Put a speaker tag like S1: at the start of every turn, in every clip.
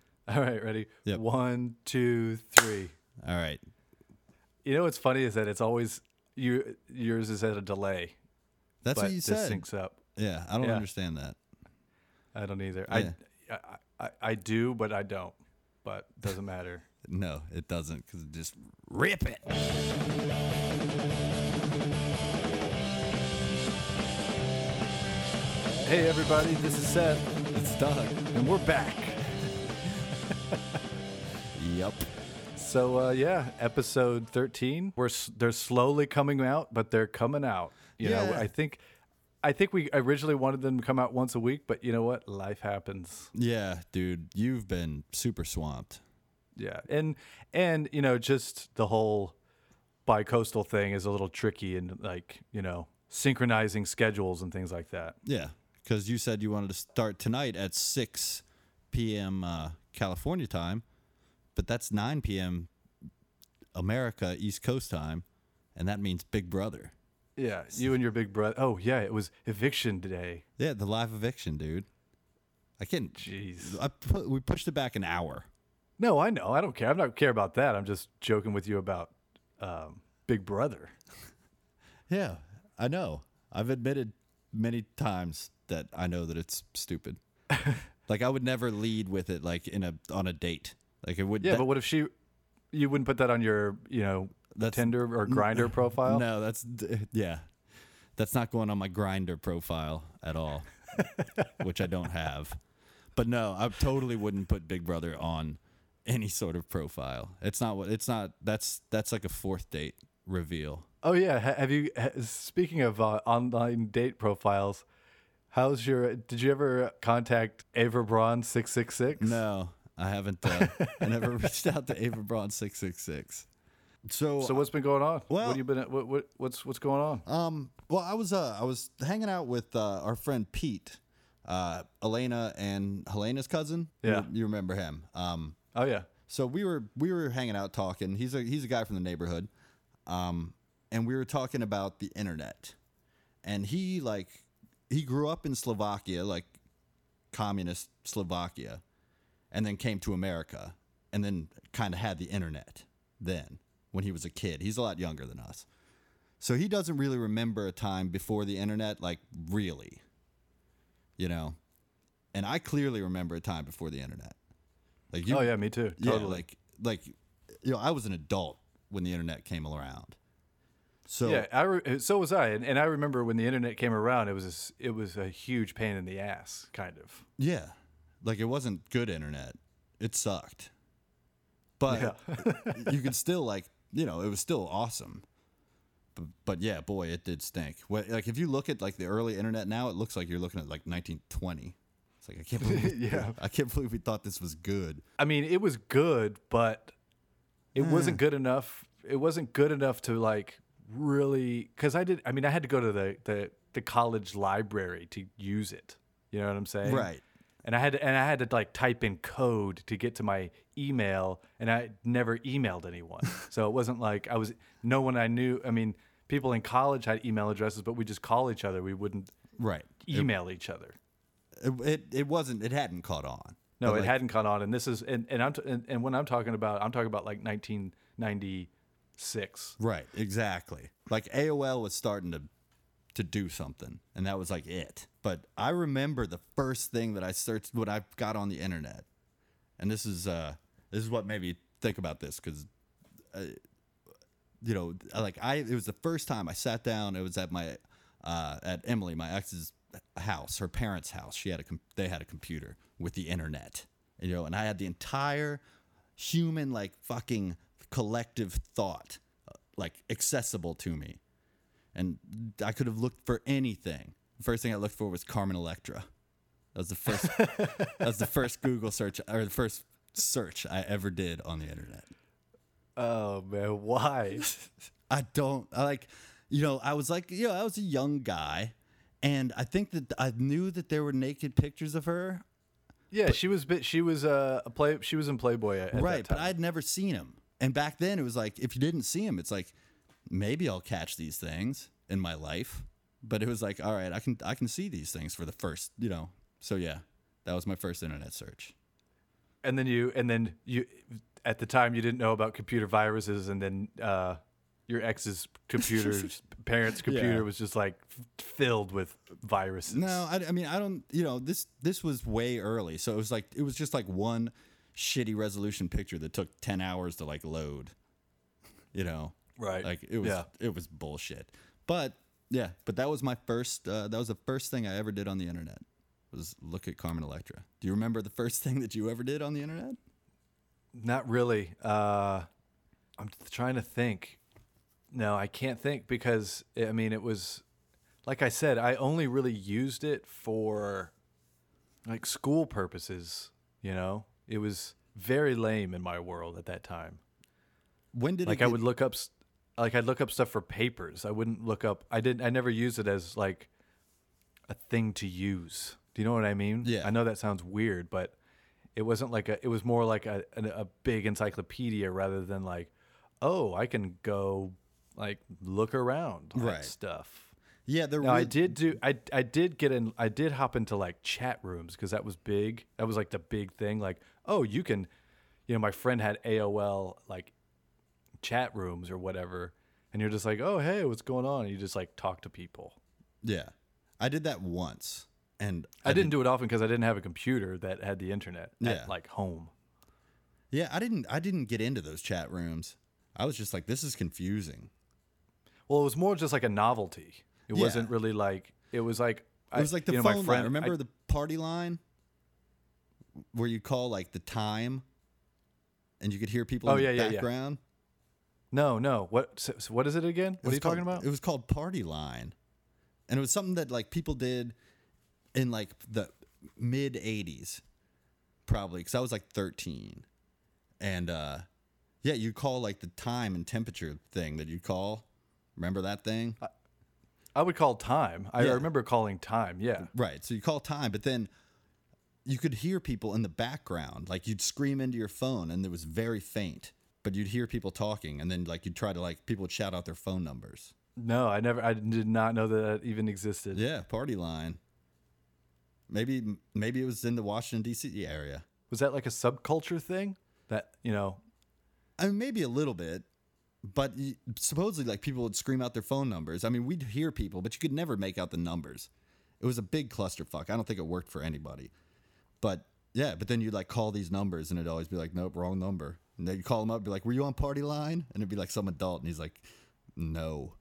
S1: All right, ready?
S2: Yep.
S1: One, two, three.
S2: All right.
S1: You know what's funny is that it's always you. Yours is at a delay,
S2: That's
S1: but
S2: what you
S1: this
S2: said.
S1: syncs up.
S2: Yeah, I don't
S1: Yeah.
S2: understand that.
S1: I don't either.
S2: Yeah.
S1: I, I, I, I do, but I don't. But doesn't matter.
S2: No, it doesn't because it just rip it.
S1: hey, everybody, this is Seth,
S2: It's Doug.
S1: and we're back.
S2: Yep.
S1: So uh, yeah, episode thirteen. We're s- they're slowly coming out, but they're coming out. You know,
S2: Yeah.
S1: I think, I think we originally wanted them to come out once a week, but you know what? Life happens.
S2: Yeah, dude, you've been super swamped.
S1: Yeah, and and you know, just the whole bi-coastal thing is a little tricky, and like you know, synchronizing schedules and things like that.
S2: Yeah, because you said you wanted to start tonight at 6 p.m. Uh, California time, but that's 9 p.m. America East Coast time, and that means Big Brother.
S1: Yeah, you and your big brother. Oh yeah, it was eviction day.
S2: Yeah, the live eviction, dude. I can't.
S1: Jeez.
S2: I put, we pushed it back an hour.
S1: No, I know. I don't care. I don't care about that. I'm just joking with you about um, Big Brother.
S2: Yeah, I know. I've admitted many times that I know that it's stupid. like I would never lead with it like in a on a date. Like it would
S1: Yeah,
S2: that-
S1: but what if she? You wouldn't put that on your, you know,
S2: That's-
S1: Tinder or Grinder profile.
S2: No, that's d- yeah. That's not going on my grinder profile at all, which I don't have. But no, I totally wouldn't put Big Brother on any sort of profile. It's not what it's not that's that's like a fourth date reveal.
S1: Oh yeah, ha- have you? ha- Speaking of uh, online date profiles, how's your? Did you ever contact Averbron six six six?
S2: No, I haven't uh, I never reached out to Ava Braun 666. So,
S1: So what's been going on?
S2: Well-
S1: what have you been? What, what what's what's going on?
S2: Um, well, I was uh, I was hanging out with uh, our friend Pete, uh, Elena and Helena's cousin. You-
S1: Yeah.
S2: you, remember him. Um,
S1: Oh yeah,
S2: so we were we were hanging out talking. He's a he's a guy from the neighborhood, um, and we were talking about the internet, and he like he grew up in Slovakia, like communist Slovakia, and then came to America, and then kind of had the internet then when he was a kid. He's a lot younger than us. So he doesn't really remember a time before the internet, like really, you know. And I clearly remember a time before the internet. Like you,
S1: oh yeah, me too.
S2: yeah,
S1: Totally.
S2: like like you know, I was an adult when the internet came around. So
S1: Yeah, I re- so was I, and, and I remember when the internet came around, it was a s it was a huge pain in the ass, kind of.
S2: yeah, like it wasn't good internet. It sucked. But you could still like, you know, it was still awesome. But, but yeah, boy, it did stink. Wh- Like if you look at like the early internet now, it looks like you're looking at like 1920. It's like I can't believe
S1: Yeah.
S2: I can't believe we thought this was good.
S1: I mean, it was good, but it wasn't good enough. It wasn't good enough to like really because I did. I mean, I had to go to the, the the college library to use it. You know what I'm saying?
S2: Right.
S1: And I had to, and I had to like type in code to get to my email, and I never emailed anyone. so it wasn't like I was no one I knew. I mean, people in college had email addresses, but we just call each other. We wouldn't
S2: Right.
S1: email each other.
S2: It, it it wasn't it hadn't caught on.
S1: No,
S2: But,
S1: it
S2: like,
S1: hadn't caught on, and this is and and I'm t- and, and when I'm talking about, I'm talking about like 1996.
S2: Right, exactly. Like AOL was starting to to do something, and that was like it. But I remember the first thing that I searched when I got on the internet, and this is uh this is what made me think about this because, uh, you know, like I it was the first time I sat down. It was at my uh at Emily, my ex's house, her parents' house. She had a com- they had a computer with the internet, you know, and I had the entire human like fucking collective thought uh, like accessible to me and i could have looked for anything the first thing i looked for was carmen electra that was the first that was the first google search or the first search i ever did on the internet
S1: Oh man, why?
S2: I don't I like you know, I was like, you know, I was a young guy and I think that I knew that there were naked pictures of her.
S1: yeah, she was bit. She was uh, a play. She was in Playboy at, at that
S2: right, but
S1: time.
S2: I'd never seen him. And back then it was like if you didn't see him, it's like maybe I'll catch these things in my life. But it was like, all right, I can I can see these things for the first, you know. So yeah, that was my first internet search.
S1: and then you and then you at the time you didn't know about computer viruses and then uh, your ex's computer's parents computer
S2: Yeah.
S1: was just like f- filled with viruses
S2: No, I, I mean I don't. You know this this was way early, so it was like it was just like one shitty resolution picture that took ten hours to like load. You know,
S1: right
S2: like it was
S1: yeah
S2: it was bullshit. But yeah, but that was my first. Uh, that was the first thing I ever did on the internet. Was look at Carmen Electra. Do you remember the first thing that you ever did on the internet?
S1: not really uh i'm th- trying to think no i can't think because i mean it was like i said i only really used it for like school purposes you know it was very lame in my world at that time
S2: When did it
S1: like I
S2: get-
S1: would look up, s- like I'd look up stuff for papers. I wouldn't look up. I didn't. I never used it as like a thing to use. Do you know what I mean?
S2: Yeah.
S1: I know that sounds weird, but it wasn't like a. It was more like a an, a big encyclopedia rather than like, oh, I can go like look around at
S2: Right.
S1: stuff.
S2: Yeah, there.
S1: Now I
S2: really-
S1: did do. I I did get in. I did hop into like chat rooms because that was big. That was like the big thing. Like, oh, you can, you know, my friend had AOL like chat rooms or whatever, and you're just like, oh, hey, what's going on? And you just like talk to people.
S2: Yeah, I did that once, and
S1: I, didn't do it often because I didn't have a computer that had the internet
S2: Yeah.
S1: at like home.
S2: Yeah, I didn't. I didn't get into those chat rooms. I was just like, this is confusing.
S1: Well, it was more just like a novelty. It
S2: Yeah.
S1: wasn't really like it was like
S2: It was like the
S1: you know, my
S2: phone line.
S1: friend- I-
S2: Remember the party line where you call like the time, and you could hear people
S1: Oh,
S2: in
S1: yeah,
S2: the
S1: yeah, yeah.
S2: background.
S1: no, no. What so, so what is it again?
S2: It
S1: What are
S2: was
S1: you talking
S2: called-
S1: about?
S2: It was called Party Line, and it was something that like people did in like the mid '80s, probably because I was like 13, and uh, yeah, you call like the time and temperature thing that you call. Remember that thing?
S1: I would call time. I
S2: Yeah.
S1: remember calling time. Yeah.
S2: Right. So you call time, but then you could hear people in the background. Like you'd scream into your phone and it was very faint, but you'd hear people talking and then like you'd try to like people would shout out their phone numbers.
S1: No, I never. I did not know that that even existed.
S2: Yeah, party line. Maybe maybe it was in the Washington D.C. area.
S1: Was that like a subculture thing? That you know?
S2: I mean, maybe a little bit, but y- supposedly like people would scream out their phone numbers. I mean, we'd hear people, but you could never make out the numbers. It was a big clusterfuck. I don't think it worked for anybody. But yeah, but then you'd like call these numbers and it'd always be like, nope, wrong number. And then you call them up, be like, were you on party line? And it'd be like some adult, and he's like, no.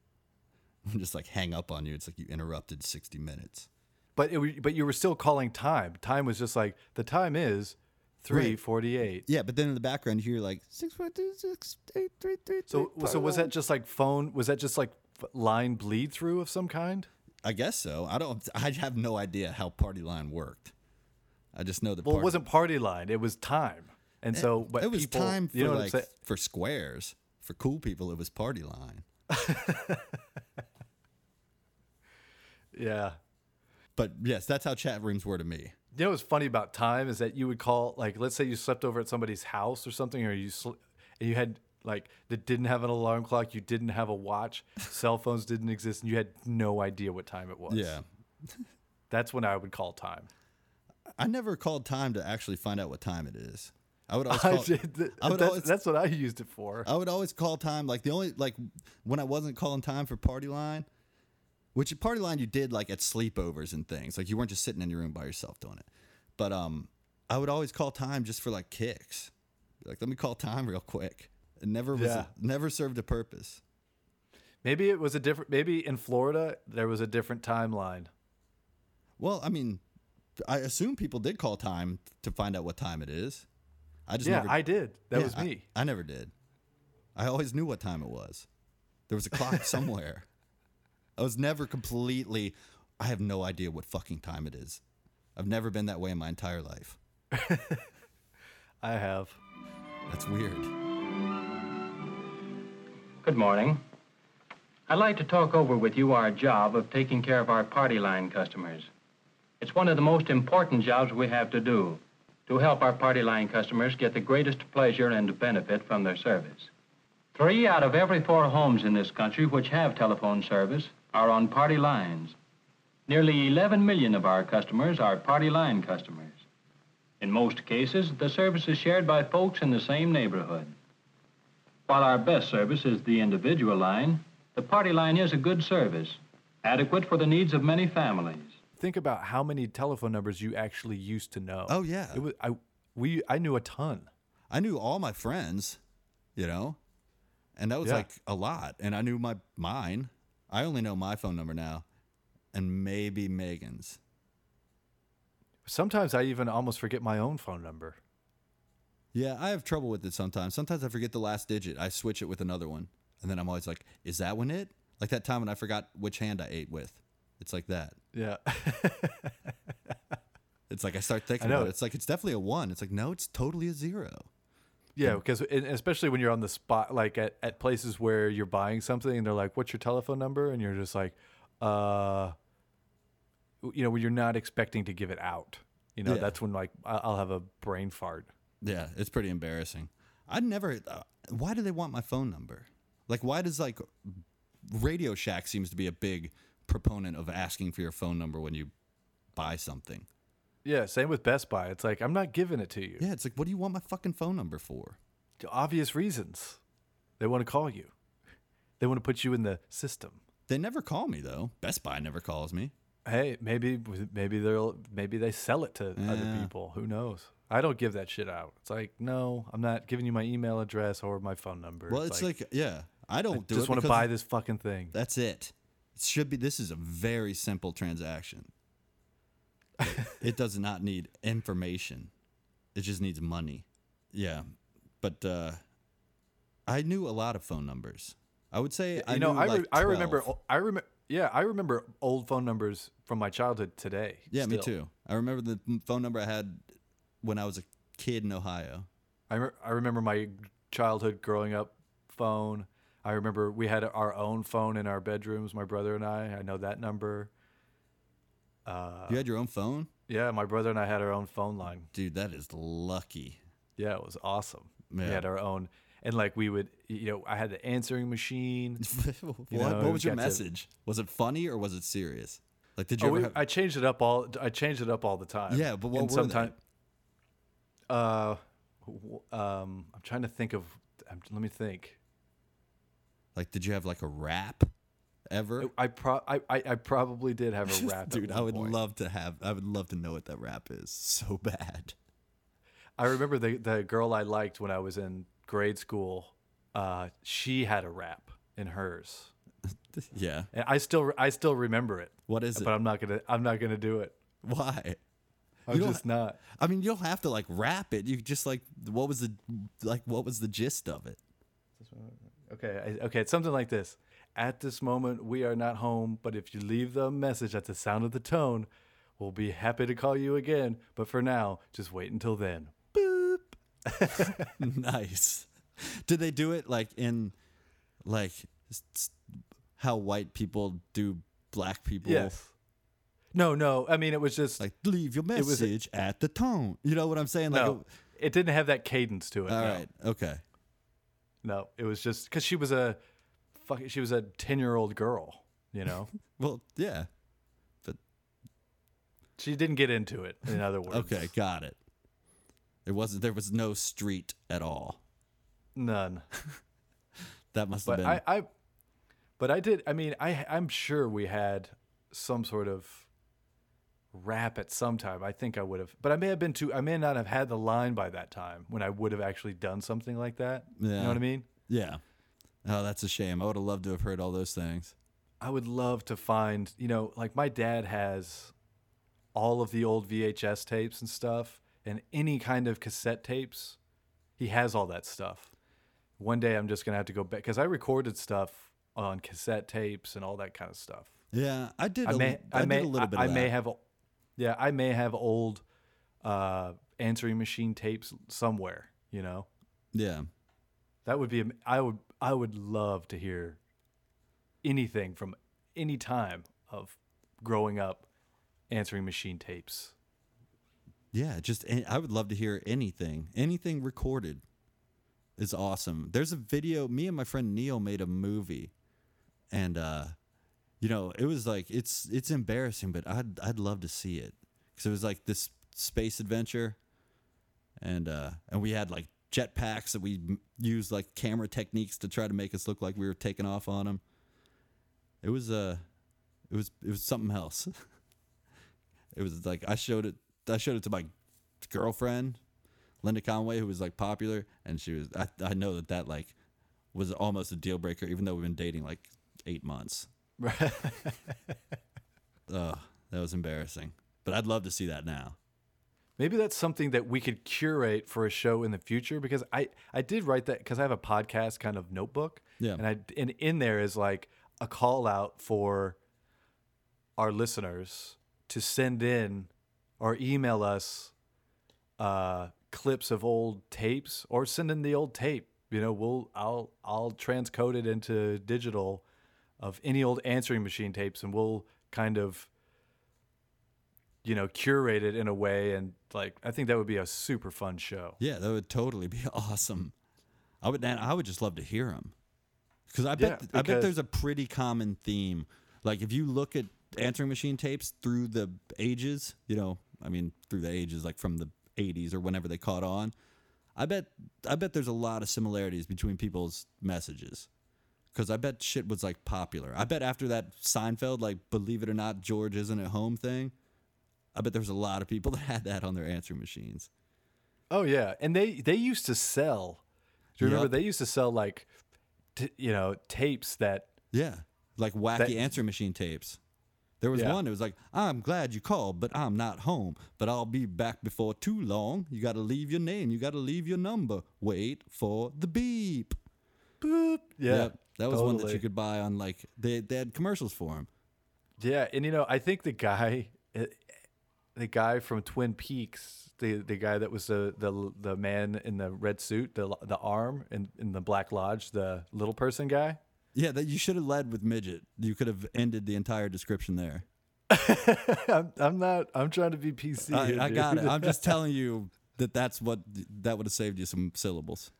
S2: And just like hang up on you. It's like you interrupted 60 minutes.
S1: But it, wa- but you were still calling time. Time was just like the time is three
S2: Right.
S1: forty-eight.
S2: Yeah, but then in the background, you hear like, six, four, two, six, eight, three, three,
S1: So
S2: three,
S1: so was
S2: five,
S1: that just like phone? Was that just like f- line bleed through of some kind?
S2: I guess so. I don't. I have no idea how party line worked. I just know that.
S1: Well, it
S2: party-
S1: wasn't party line. It was time. And so, but
S2: it was
S1: people,
S2: time for
S1: you know what I'm
S2: like
S1: saying?
S2: for squares for cool people. It was party line.
S1: Yeah.
S2: But yes, that's how chat rooms were to me.
S1: You know what's funny about time is that you would call like let's say you slept over at somebody's house or something, or you sl- and you had like that didn't have an alarm clock, you didn't have a watch, cell phones didn't exist, and you had no idea what time it was.
S2: Yeah,
S1: that's when I would call time.
S2: I never called time to actually find out what time it is. I would always
S1: I
S2: call.
S1: did, th-
S2: I would
S1: that's,
S2: always-
S1: that's what I used it for.
S2: I would always call time like the only like when I wasn't calling time for party line, which party line you did like at sleepovers and things. Like you weren't just sitting in your room by yourself doing it. But um I would always call time just for like kicks. Like let me call time real quick. It never was
S1: Yeah.
S2: never served a purpose.
S1: Maybe it was a different. Maybe in Florida there was a different timeline.
S2: Well, I mean, I assume people did call time to find out what time it is. I just
S1: Yeah,
S2: never
S1: I did. That
S2: yeah,
S1: was
S2: I-
S1: me.
S2: I never did. I always knew what time it was. There was a clock somewhere. I was never completely. I have no idea what fucking time it is. I've never been that way in my entire life.
S1: I have.
S2: That's weird.
S3: Good morning. I'd like to talk over with you our job of taking care of our party line customers. It's one of the most important jobs we have to do to help our party line customers get the greatest pleasure and benefit from their service. Three out of every four homes in this country which have telephone service are on party lines. Nearly 11 million of our customers are party line customers. In most cases, the service is shared by folks in the same neighborhood. While our best service is the individual line, the party line is a good service, adequate for the needs of many families.
S1: Think about how many telephone numbers you actually used to know.
S2: Oh, yeah.
S1: It was, I we I knew a ton.
S2: I knew all my friends, you know, and that was
S1: Yeah.
S2: like a lot. And I knew my mine. I only know my phone number now, and maybe Megan's.
S1: Sometimes I even almost forget my own phone number.
S2: Yeah, I have trouble with it sometimes. Sometimes I forget the last digit. I switch it with another one, and then I'm always like, "Is that one it?" Like that time when I forgot which hand I ate with. It's like that.
S1: Yeah.
S2: It's like I start thinking
S1: know.
S2: about it. It's like it's definitely a one. It's like no, it's totally a zero.
S1: Yeah, because and especially when you're on the spot, like at, at places where you're buying something and they're like, what's your telephone number? And you're just like, uh, you know, when you're not expecting to give it out, you know,
S2: Yeah.
S1: that's when like I- I'll have a brain fart.
S2: Yeah, it's pretty embarrassing. I never. Uh, why do they want my phone number? Like, why does like Radio Shack seems to be a big proponent of asking for your phone number when you buy something.
S1: Yeah, same with Best Buy. It's like, I'm not giving it to you.
S2: Yeah, it's like, what do you want my fucking phone number for?
S1: Obvious reasons. They want to call you, they want to put you in the system.
S2: They never call me though. Best Buy never calls me.
S1: Hey, maybe maybe they'll maybe they sell it to other
S2: Yeah.
S1: people. Who knows? I don't give that shit out. It's like, no, I'm not giving you my email address or my phone number.
S2: Well, it's like, yeah, I don't do
S1: just
S2: it
S1: want to
S2: because
S1: buy this fucking thing.
S2: That's it. It should be. This is a very simple transaction. it does not need information. It just needs money. Yeah, but uh, I knew a lot of phone numbers. I would say I
S1: you know,
S2: knew
S1: I, re-
S2: like
S1: I remember
S2: 12.
S1: I remember yeah, I remember old phone numbers from my childhood today.
S2: Yeah, me
S1: still.
S2: too. I remember the m- phone number I had when I was a kid in Ohio.
S1: I, re- I remember my childhood growing up phone. I remember we had our own phone in our bedrooms, my brother and I. I know that number.
S2: you had your own phone,
S1: Yeah, my brother and I had our own phone line.
S2: dude. That is lucky.
S1: Yeah, it was awesome.
S2: Yeah.
S1: We had our own, and like we would, you know, I had the answering machine.
S2: what,
S1: know,
S2: what was
S1: you
S2: your
S1: got to-
S2: message? Was it funny or was it serious? Like, did you
S1: Oh,
S2: ever
S1: we-
S2: have?
S1: I changed it up all. I changed it up all the time.
S2: Yeah, but what
S1: And
S2: were
S1: sometime- Uh, w- um, I'm trying to think of. I'm, let me think.
S2: Like, did you have like a rap ever?
S1: I pro. I, I, I probably did have a rap. at
S2: Dude,
S1: one
S2: I would
S1: point.
S2: love to have. I would love to know what that rap is so bad.
S1: I remember the the girl I liked when I was in grade school. Uh, she had a rap in hers,
S2: Yeah.
S1: and I still I still remember it.
S2: What is it?
S1: But I'm not gonna I'm not gonna do it.
S2: Why?
S1: I'm
S2: Oh, don't-
S1: just not.
S2: I mean, you don't have to like rap it. You just like what was the like what was the gist of it?
S1: Okay, I, okay, it's something like this. At this moment, we are not home, but if you leave the message at the sound of the tone, we'll be happy to call you again. But for now, just wait until then. Boop.
S2: nice. Did they do it like in like s- s- how white people do black people?
S1: Yes. No, no. I mean, it was just
S2: Like leave your
S1: was a-
S2: message at the tone. You know what I'm saying? Like,
S1: no. It didn't have that cadence to it.
S2: all
S1: no.
S2: right, okay.
S1: No, it was just because she was a fuck. She was a ten-year-old girl. You know,
S2: Well, yeah.
S1: she didn't get into it. In other words,
S2: Okay, got it. It wasn't. There was no street at all.
S1: none.
S2: That must
S1: but
S2: have been.
S1: I, I but I did I mean I I'm sure we had some sort of rap at some time. I think I would have but I may have been too I may not have had the line by that time when I would have actually done something like that. You
S2: Yeah.
S1: know what I mean?
S2: yeah. Oh, that's a shame. I would have loved to have heard all those things.
S1: I would love to find, you know, like my dad has all of the old VHS tapes and stuff and any kind of cassette tapes. He has all that stuff. One day I'm just going to have to go back cuz I recorded stuff on cassette tapes and all that kind of stuff.
S2: Yeah, I did.
S1: I
S2: a
S1: may,
S2: li-
S1: I, may,
S2: did a little
S1: I,
S2: bit.
S1: I
S2: of that.
S1: may have, yeah, I may have old uh, answering machine tapes somewhere. You know,
S2: Yeah.
S1: that would be. am- I would, I would love to hear anything from any time of growing up, answering machine tapes.
S2: Yeah. Just an- I would love to hear anything. Anything recorded is awesome. There's a video. Me and my friend Neil made a movie, and uh, you know, it was like it's it's embarrassing, but I'd I'd love to see it because it was like this space adventure, and uh, and we had like jet packs that we m- used like camera techniques to try to make us look like we were taking off on them. It was uh, it was it was something else. it was like I showed it I showed it to my girlfriend, Linda Conway, who was like popular, and she was I I know that that like was almost a deal breaker, even though we've been dating like eight months.
S1: Right.
S2: Ugh, that was embarrassing. But I'd love to see that now.
S1: Maybe that's something that we could curate for a show in the future because I I did write that because I have a podcast kind of notebook.
S2: Yeah.
S1: And I and in there is like a call out for our listeners to send in or email us uh, clips of old tapes or send in the old tape. You know, we'll I'll I'll transcode it into digital of any old answering machine tapes and we'll kind of you know curate it in a way and like I think that would be a super fun show.
S2: Yeah, that would totally be awesome. I would, and I would just love to hear them because I bet
S1: Yeah,
S2: I bet
S1: because-
S2: there's a pretty common theme. Like if you look at answering machine tapes through the ages, you know, I mean through the ages, like from the '80s or whenever they caught on. I bet I bet there's a lot of similarities between people's messages because I bet shit was like popular. I bet after that Seinfeld, like believe it or not, George isn't at home thing. I bet there was a lot of people that had that on their answering machines.
S1: Oh yeah, and they they used to sell. Do you remember
S2: Yep.
S1: they used to sell like t- you know tapes that
S2: Yeah, like wacky
S1: That-
S2: answer machine tapes. There was
S1: Yeah.
S2: one. It was like, "I'm glad you called, but I'm not home. But I'll be back before too long. You got to leave your name. You got to leave your number. Wait for the beep."
S1: boop. Yeah,
S2: Yep, that was one that you
S1: totally.
S2: could buy on like they they had commercials for them.
S1: Yeah, and you know, I think the guy, eh, the guy from Twin Peaks, the the guy that was the the the man in the red suit, the the arm in in the Black Lodge, the little person guy.
S2: Yeah, that you should have led with midget. You could have ended the entire description there.
S1: I'm, I'm not. I'm trying to be PC.
S2: I,
S1: here,
S2: I got it.
S1: dude.
S2: I'm just telling you that that's what that would have saved you some syllables.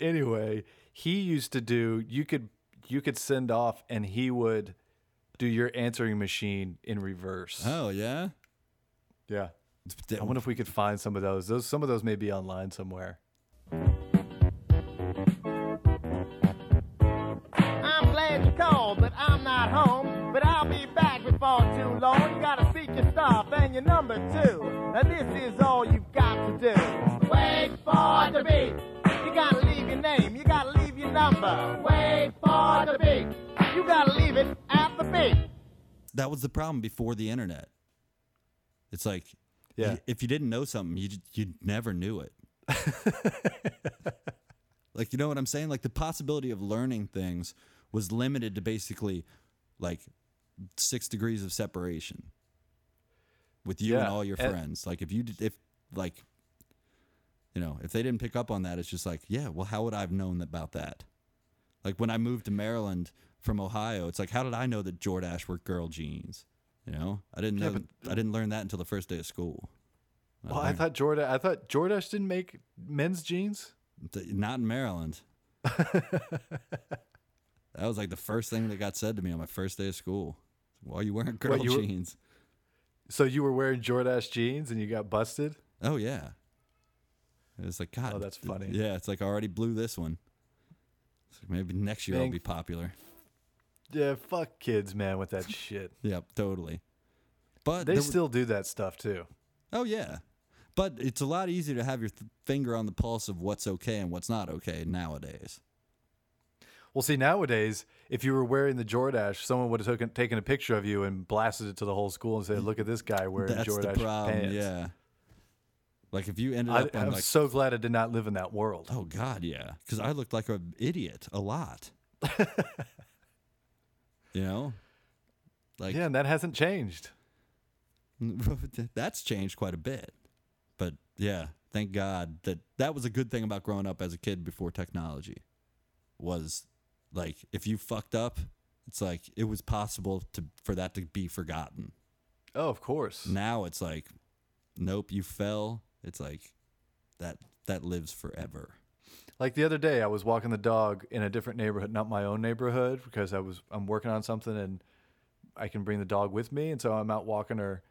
S1: anyway, he used to do. You could you could send off, and he would do your answering machine in reverse.
S2: Oh yeah.
S1: Yeah. I wonder if we could find some of those. Those some of those may be online somewhere.
S4: I'm glad you called, but I'm not home. But I'll be back before too long. You gotta seek your stuff and your number too. Now this is all you've got to do. Wait for the beat. You gotta leave your name. You gotta leave your number. Wait for the beat. You gotta leave it at the beat.
S2: that was the problem before the internet. It's like,
S1: Yeah.
S2: y- if you didn't know something, you j- you never knew it. like you know what I'm saying? Like the possibility of learning things was limited to basically like six degrees of separation with you and
S1: Yeah,
S2: all your
S1: and-
S2: friends. like if you d- if like you know if they didn't pick up on that, it's just like yeah, well, how would I have known about that? Like when I moved to Maryland from Ohio, it's like how did I know that Jordache were girl jeans? You know, I didn't know. I didn't learn that until the first day of school.
S1: Well, I thought Jordan. I thought Jordash didn't make men's jeans.
S2: Th- Not in Maryland. that was like the first thing that got said to me on my first day of school. Why are you wearing girl
S1: you were-
S2: jeans?
S1: So you were wearing Jordache jeans and you got busted?
S2: Oh yeah. It was like God.
S1: Oh, that's
S2: th-
S1: funny.
S2: Yeah, it's like I already blew this one. It's like, maybe next year I'll
S1: Thank-
S2: be popular.
S1: Yeah, fuck kids, man, with that shit.
S2: Yep, totally. But
S1: They
S2: there were-
S1: still do that stuff too.
S2: Oh yeah, but it's a lot easier to have your th- finger on the pulse of what's okay and what's not okay nowadays.
S1: Well, see, nowadays, if you were wearing the Jordache, someone would have taken, taken a picture of you and blasted it to the whole school and said, "Look at this guy wearing
S2: That's
S1: Jordache
S2: the problem.
S1: pants."
S2: Yeah. Like if you ended
S1: I,
S2: up on
S1: I'm
S2: like,
S1: so glad I did not live in that world.
S2: oh god, yeah, because I looked like an idiot a lot. you know, like
S1: Yeah, and that hasn't changed.
S2: that's changed quite a bit. But yeah, thank God that that was a good thing about growing up as a kid before technology was like if you fucked up, it's like it was possible to for that to be forgotten.
S1: Oh, of course.
S2: Now it's like nope, you fell. It's like that that lives forever.
S1: Like the other day, I was walking the dog in a different neighborhood, not my own neighborhood, because I was I'm working on something and I can bring the dog with me, and so I'm out walking her,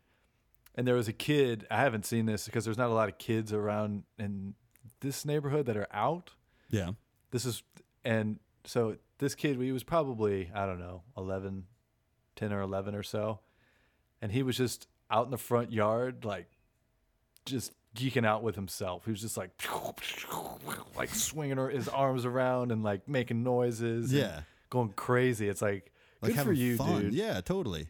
S1: and there was a kid. I haven't seen this because there's not a lot of kids around in this neighborhood that are out.
S2: Yeah.
S1: This is and so this kid he was probably I don't know 11, 10 or 11 or so. And he was just out in the front yard like just geeking out with himself. He was just like like swinging his arms around and like making noises. and
S2: Yeah.
S1: going crazy. It's like,
S2: Like
S1: good for
S2: having
S1: you,
S2: fun.
S1: dude.
S2: Yeah, totally.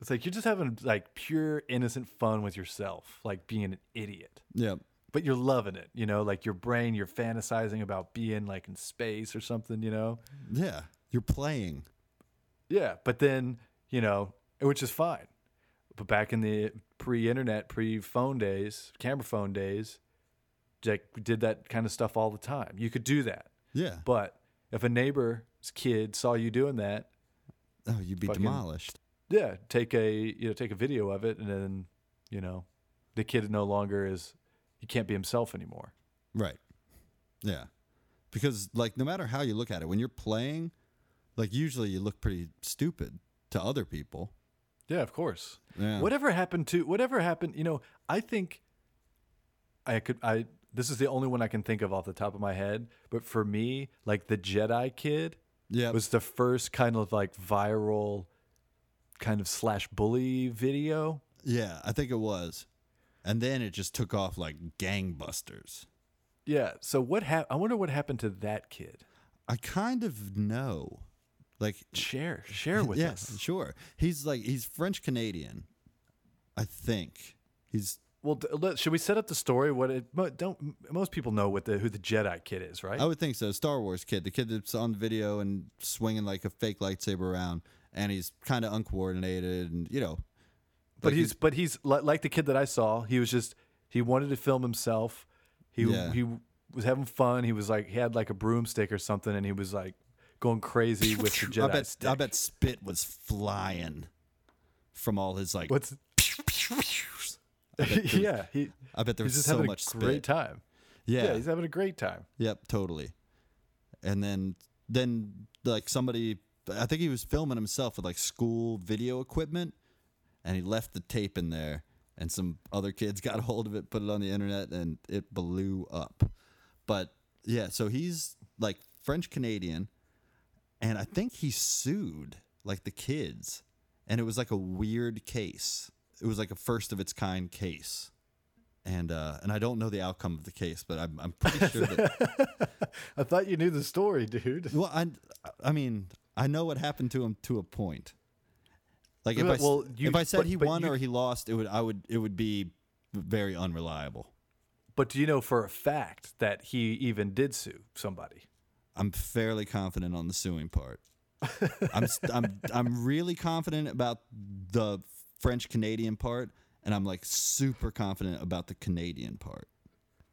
S1: It's like you're just having like pure innocent fun with yourself, like being an idiot.
S2: Yep.
S1: But you're loving it, you know, like your brain, you're fantasizing about being like in space or something, you know?
S2: Yeah. You're playing.
S1: Yeah. But then, you know, which is fine. But back in the pre internet, pre phone days, camera phone days, like we did that kind of stuff all the time. You could do that.
S2: Yeah.
S1: But if a neighbor's kid saw you doing that,
S2: oh, you'd be
S1: fucking-
S2: demolished.
S1: yeah, take a you know take a video of it, and then you know the kid no longer is he can't be himself anymore.
S2: Right. Yeah. Because like no matter how you look at it, when you're playing, like usually you look pretty stupid to other people.
S1: Yeah, of course.
S2: Yeah.
S1: Whatever happened to whatever happened, you know, I think I could I this is the only one I can think of off the top of my head, but for me, like the Jedi kid
S2: Yeah.
S1: was the first kind of like viral kind of slash bully video.
S2: Yeah, I think it was. And then it just took off like gangbusters.
S1: Yeah. So what hap- I wonder what happened to that kid.
S2: I kind of know. Like
S1: Share, share with
S2: yes,
S1: us.
S2: sure. He's like he's French Canadian. I think. He's
S1: Well, d- let, should we set up the story? What it mo- don't m- most people know what the who the Jedi kid is, right?
S2: I would think so. Star Wars kid, the kid that's on video and swinging like a fake lightsaber around and he's kind of uncoordinated and you know,
S1: but
S2: like
S1: he's but he's li- like the kid that I saw. He was just he wanted to film himself. He
S2: Yeah.
S1: he was having fun. He was like he had like a broomstick or something, and he was like going crazy with the Jedi
S2: I bet
S1: stick.
S2: I bet spit was flying from all his like
S1: What's yeah? He
S2: I bet there
S1: he's
S2: was
S1: just
S2: so
S1: having
S2: much
S1: a great
S2: spit.
S1: time. yeah, he's having a great time.
S2: Yep, totally. And then then like somebody I think he was filming himself with like school video equipment and he left the tape in there and some other kids got a hold of it, put it on the internet and it blew up. But yeah, so he's like French Canadian and I think he sued like the kids and it was like a weird case. It was like a first of its kind case. And uh, and I don't know the outcome of the case, but I'm, I'm pretty sure that
S1: I thought you knew the story, dude.
S2: Well, I, I mean, I know what happened to him to a point. Like if I, s-
S1: Well, you-
S2: if I said
S1: but-
S2: he
S1: but
S2: won
S1: you-
S2: or he lost, it would I would it would be very unreliable.
S1: But do you know for a fact that he even did sue somebody?
S2: I'm fairly confident on the suing part. I'm s- I'm I'm really confident about the French Canadian part, and I'm like super confident about the Canadian part.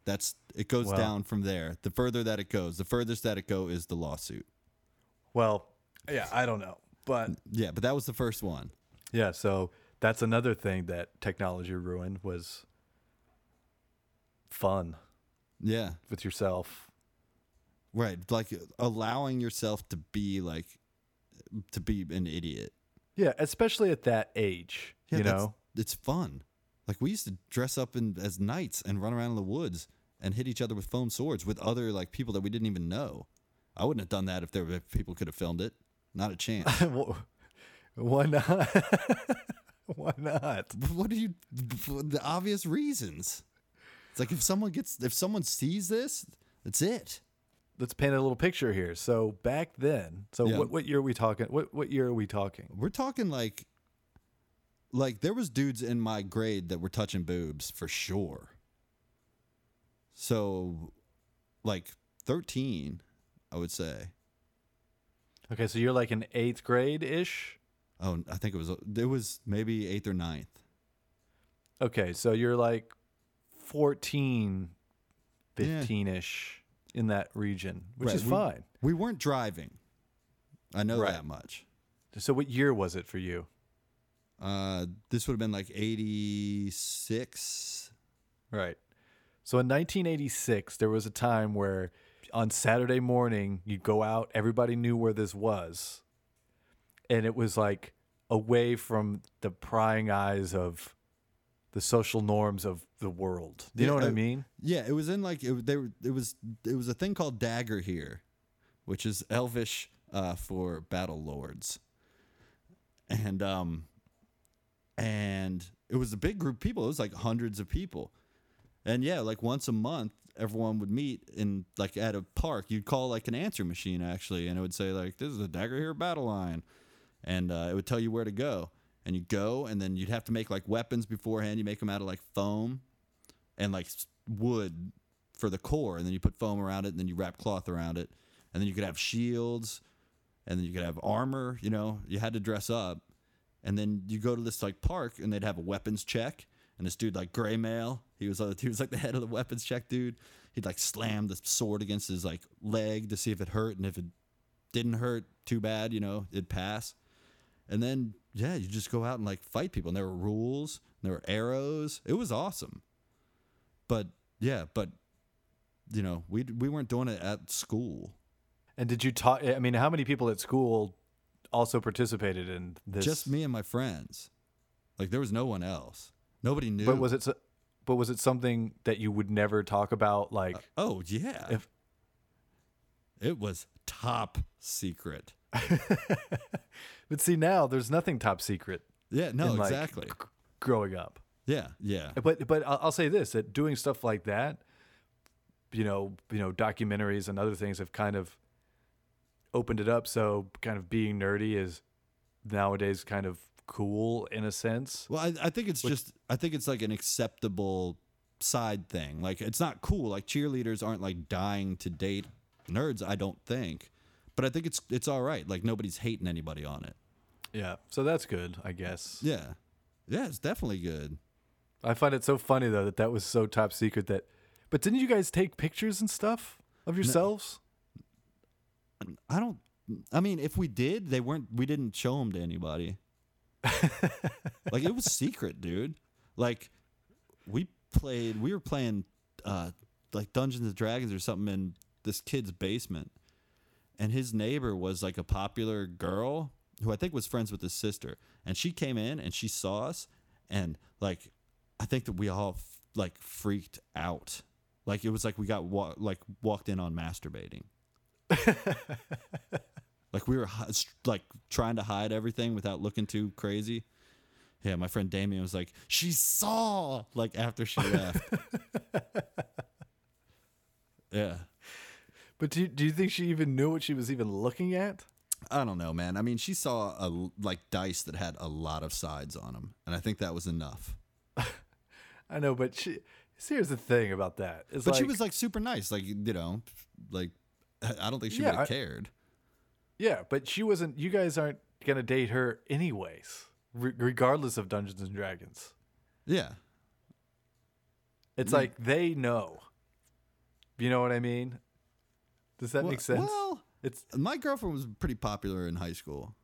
S2: That's it goes
S1: Well-
S2: down from there. The further that it goes, the furthest that it go is the lawsuit.
S1: Well, yeah, I don't know. But
S2: Yeah, but that was the first one.
S1: yeah, so that's another thing that technology ruined was fun
S2: Yeah.
S1: with yourself.
S2: Right, like allowing yourself to be like to be an idiot.
S1: Yeah, especially at that age,
S2: Yeah,
S1: you
S2: that's-
S1: know.
S2: it's fun. Like we used to dress up in as knights and run around in the woods and hit each other with foam swords with other like people that we didn't even know. I wouldn't have done that if there were if people could have filmed it. Not a chance.
S1: Wh- Why not? Why not?
S2: what do you for the obvious reasons? It's like if someone gets if someone sees this, that's it.
S1: Let's paint a little picture here. So back then, so
S2: Yeah.
S1: what, what year are we talking? What what year are we talking?
S2: We're talking like like there was dudes in my grade that were touching boobs for sure. So like 13, I would say.
S1: Okay, so you're like in eighth grade ish.
S2: Oh, I think it was it was maybe 8th or ninth.
S1: Okay, so you're like 14,
S2: Yeah.
S1: 15 ish in that region, which
S2: Right,
S1: is
S2: we-
S1: fine.
S2: We weren't driving. I know
S1: Right.
S2: that much.
S1: So, what year was it for you?
S2: Uh this would have been like 86.
S1: Right. So, in 1986, there was a time where on Saturday morning, you'd go out, everybody knew where this was. And it was like away from the prying eyes of the social norms of the world. Do you know
S2: Yeah,
S1: what I
S2: uh,
S1: mean?
S2: Yeah, it was in like it, w- they were, it was it was a thing called dagger here, which is Elvish uh, for battle lords, and um, and it was a big group of people. It was like hundreds of people, and yeah, like once a month, everyone would meet in like at a park. You'd call like an answer machine actually, and it would say like, "This is the dagger here battle line," and uh, it would tell you where to go. And you go, and then you'd have to make like weapons beforehand. You make them out of like foam and like s- wood for the core, and then you put foam around it, and then you wrap cloth around it, and then you could have shields, and then you could have armor. You know, you had to dress up, and then you go to this like park, and they'd have a weapons check, and this dude like gray male, he was uh, he was like the head of the weapons check dude. He'd like slam the sword against his like leg to see if it hurt, and if it didn't hurt, too bad, you know, it'd pass. And then yeah, you just go out and like fight people, and there were rules, and there were arrows. It was awesome but yeah, but you know, we we weren't doing it at school.
S1: And did you talk? I mean, how many people at school also participated in this?
S2: Just me and my friends. Like there was no one else. Nobody knew.
S1: But was it? so- But was it something that you would never talk about? Like,
S2: Oh yeah.
S1: If-
S2: it was top secret.
S1: but see, now there's nothing top secret.
S2: Yeah. No.
S1: in, like,
S2: exactly.
S1: g- growing up.
S2: Yeah. Yeah.
S1: But but I'll I'll say this: that doing stuff like that, you know, you know, documentaries and other things have kind of opened it up. So kind of being nerdy is nowadays kind of cool in a sense.
S2: Well, I, I think it's just I think it's like an acceptable side thing. Like it's not cool. Like cheerleaders aren't like dying to date nerds. I don't think. But I think it's it's all right. Like nobody's hating anybody on it.
S1: Yeah, so that's good, I guess.
S2: Yeah. Yeah, it's definitely good.
S1: I find it so funny though that that was so top secret. That, but didn't you guys take pictures and stuff of yourselves?
S2: I don't. I mean, if we did, they weren't. We didn't show them to anybody. like it was secret, dude. Like we played. We were playing uh like Dungeons and Dragons or something in this kid's basement, and his neighbor was like a popular girl who I think was friends with his sister, and she came in and she saw us, and like I think that we all f- like freaked out. Like it was like we got wa- like walked in on masturbating. Like we were hi- s- like trying to hide everything without looking too crazy. Yeah, my friend Damien was like, "She saw." Like after she left. yeah,
S1: But do you, do you think she even knew what she was even looking at?
S2: I don't know, man. I mean, she saw a l- like dice that had a lot of sides on them, and I think that was enough.
S1: I know, but she. see, Here's the thing about that. It's
S2: But
S1: like,
S2: she was like super nice, like you know, like I I don't think she
S1: Yeah,
S2: would
S1: I-
S2: have cared.
S1: Yeah, but she wasn't. You guys aren't gonna date her anyways, re- regardless of Dungeons and Dragons.
S2: Yeah,
S1: It's like they know. You know what I mean? Does that
S2: Well-
S1: make sense?
S2: Well,
S1: it's.
S2: my girlfriend was pretty popular in high school.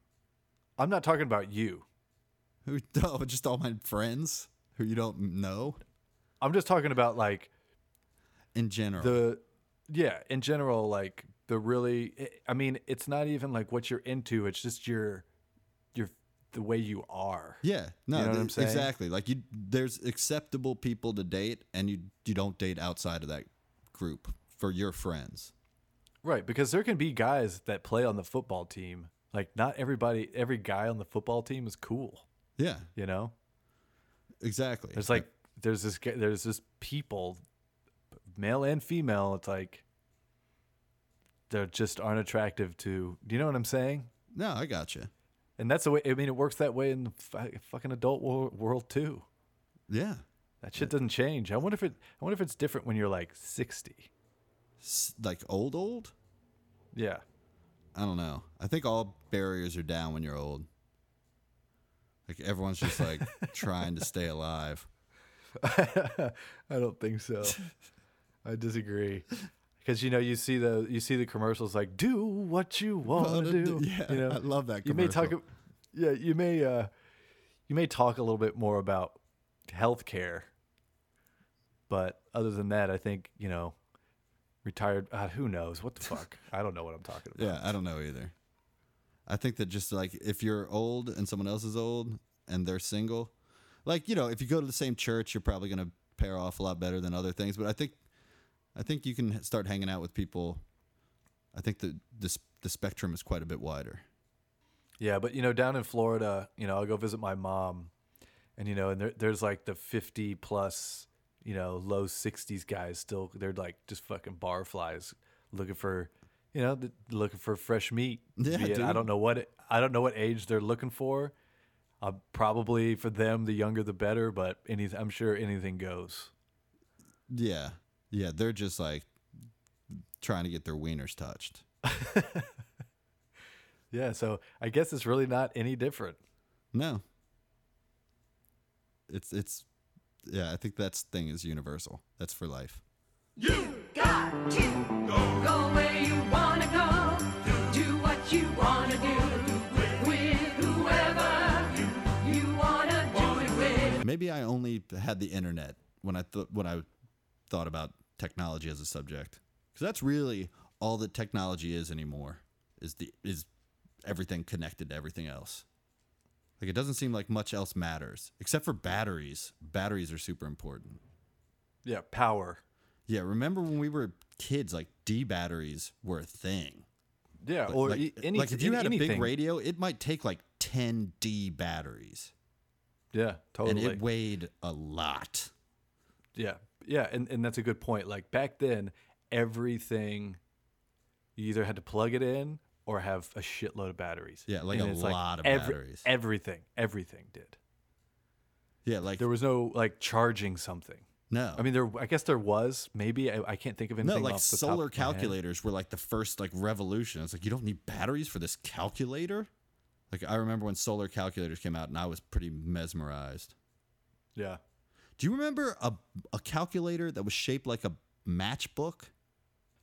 S1: I'm not talking about you.
S2: Who? Oh, just all my friends who you don't know
S1: I'm just talking about like
S2: in general.
S1: the. Yeah, in general, like the really. I mean, it's not even like what you're into. It's just your, your, the way you are.
S2: Yeah, no,
S1: know what
S2: th-
S1: I'm saying?
S2: exactly. Like you, there's acceptable people to date, and you you don't date outside of that group for your friends.
S1: Right, because there can be guys that play on the football team. Like not everybody, every guy on the football team is cool.
S2: Yeah,
S1: You know,
S2: exactly.
S1: there's like there's this g- there's this people, male and female. It's like they just aren't attractive to. Do you know what I'm saying?
S2: no, I got you.
S1: And that's the way. I mean, it works that way in the fu- fucking adult wor- world too.
S2: Yeah,
S1: That shit doesn't change. I wonder if it. I wonder if it's different when you're like 60.
S2: S- like old, old.
S1: Yeah.
S2: I don't know. I think all barriers are down when you're old. Like everyone's just like trying to stay alive.
S1: I don't think so. I disagree. Because you know you see the you see the commercials like do what you want to
S2: Wanna do-
S1: do.
S2: yeah,
S1: you know?
S2: I love that
S1: You may talk.
S2: commercial.
S1: Yeah, you may uh, you may talk a little bit more about healthcare, but other than that, I think you know retired. Uh, who knows what the fuck? I don't know what I'm talking about.
S2: Yeah, I don't know either. I think that just like if you're old and someone else is old and they're single, like you know, if you go to the same church, you're probably going to pair off a lot better than other things. But I think, I think you can start hanging out with people. I think the the, s- the spectrum is quite a bit wider.
S1: Yeah, but you know, down in Florida, you know, I'll go visit my mom, and you know, and there, there's like the 50 plus, you know, low 60s guys still. They're like just fucking barflies looking for, you know, th- looking for fresh meat.
S2: Yeah,
S1: Be it- I
S2: dude.
S1: don't know what it, I don't know what age they're looking for. Uh, probably for them, the younger the better, but any, I'm sure anything goes.
S2: Yeah, yeah, they're just like trying to get their wieners touched.
S1: Yeah, so I guess it's really not any different.
S2: No, it's it's yeah. I think that's thing is universal. That's for life.
S5: got to go. Go where you wanna go. Do what you wanna do. With whoever you wanna do it with.
S2: Maybe I only had the internet when I thought when I thought about technology as a subject, because that's really all that technology is anymore. Is the is everything connected to everything else? Like it doesn't seem like much else matters except for batteries. Batteries are super important.
S1: Yeah, power.
S2: Yeah, remember when we were kids? Like D batteries were a thing.
S1: Yeah,
S2: Like,
S1: or
S2: like,
S1: e- any,
S2: like if you had
S1: anything.
S2: a big radio, it might take like ten D batteries,
S1: Yeah, totally.
S2: and it weighed a lot.
S1: Yeah. Yeah. And, and that's a good point. Like back then, everything you either had to plug it in or have a shitload of batteries.
S2: Yeah, like
S1: And
S2: a
S1: it's
S2: lot of
S1: every-
S2: batteries.
S1: Everything. Everything did.
S2: Yeah, like
S1: There was no like charging something.
S2: no.
S1: I mean, there. I guess there was. Maybe I, I can't think of
S2: No,
S1: anything.
S2: like
S1: off the top
S2: solar
S1: of my head.
S2: calculators were like the first like revolution. It's like you don't need batteries for this calculator. Like I remember when solar calculators came out, and I was pretty mesmerized.
S1: Yeah.
S2: Do you remember a a calculator that was shaped like a matchbook?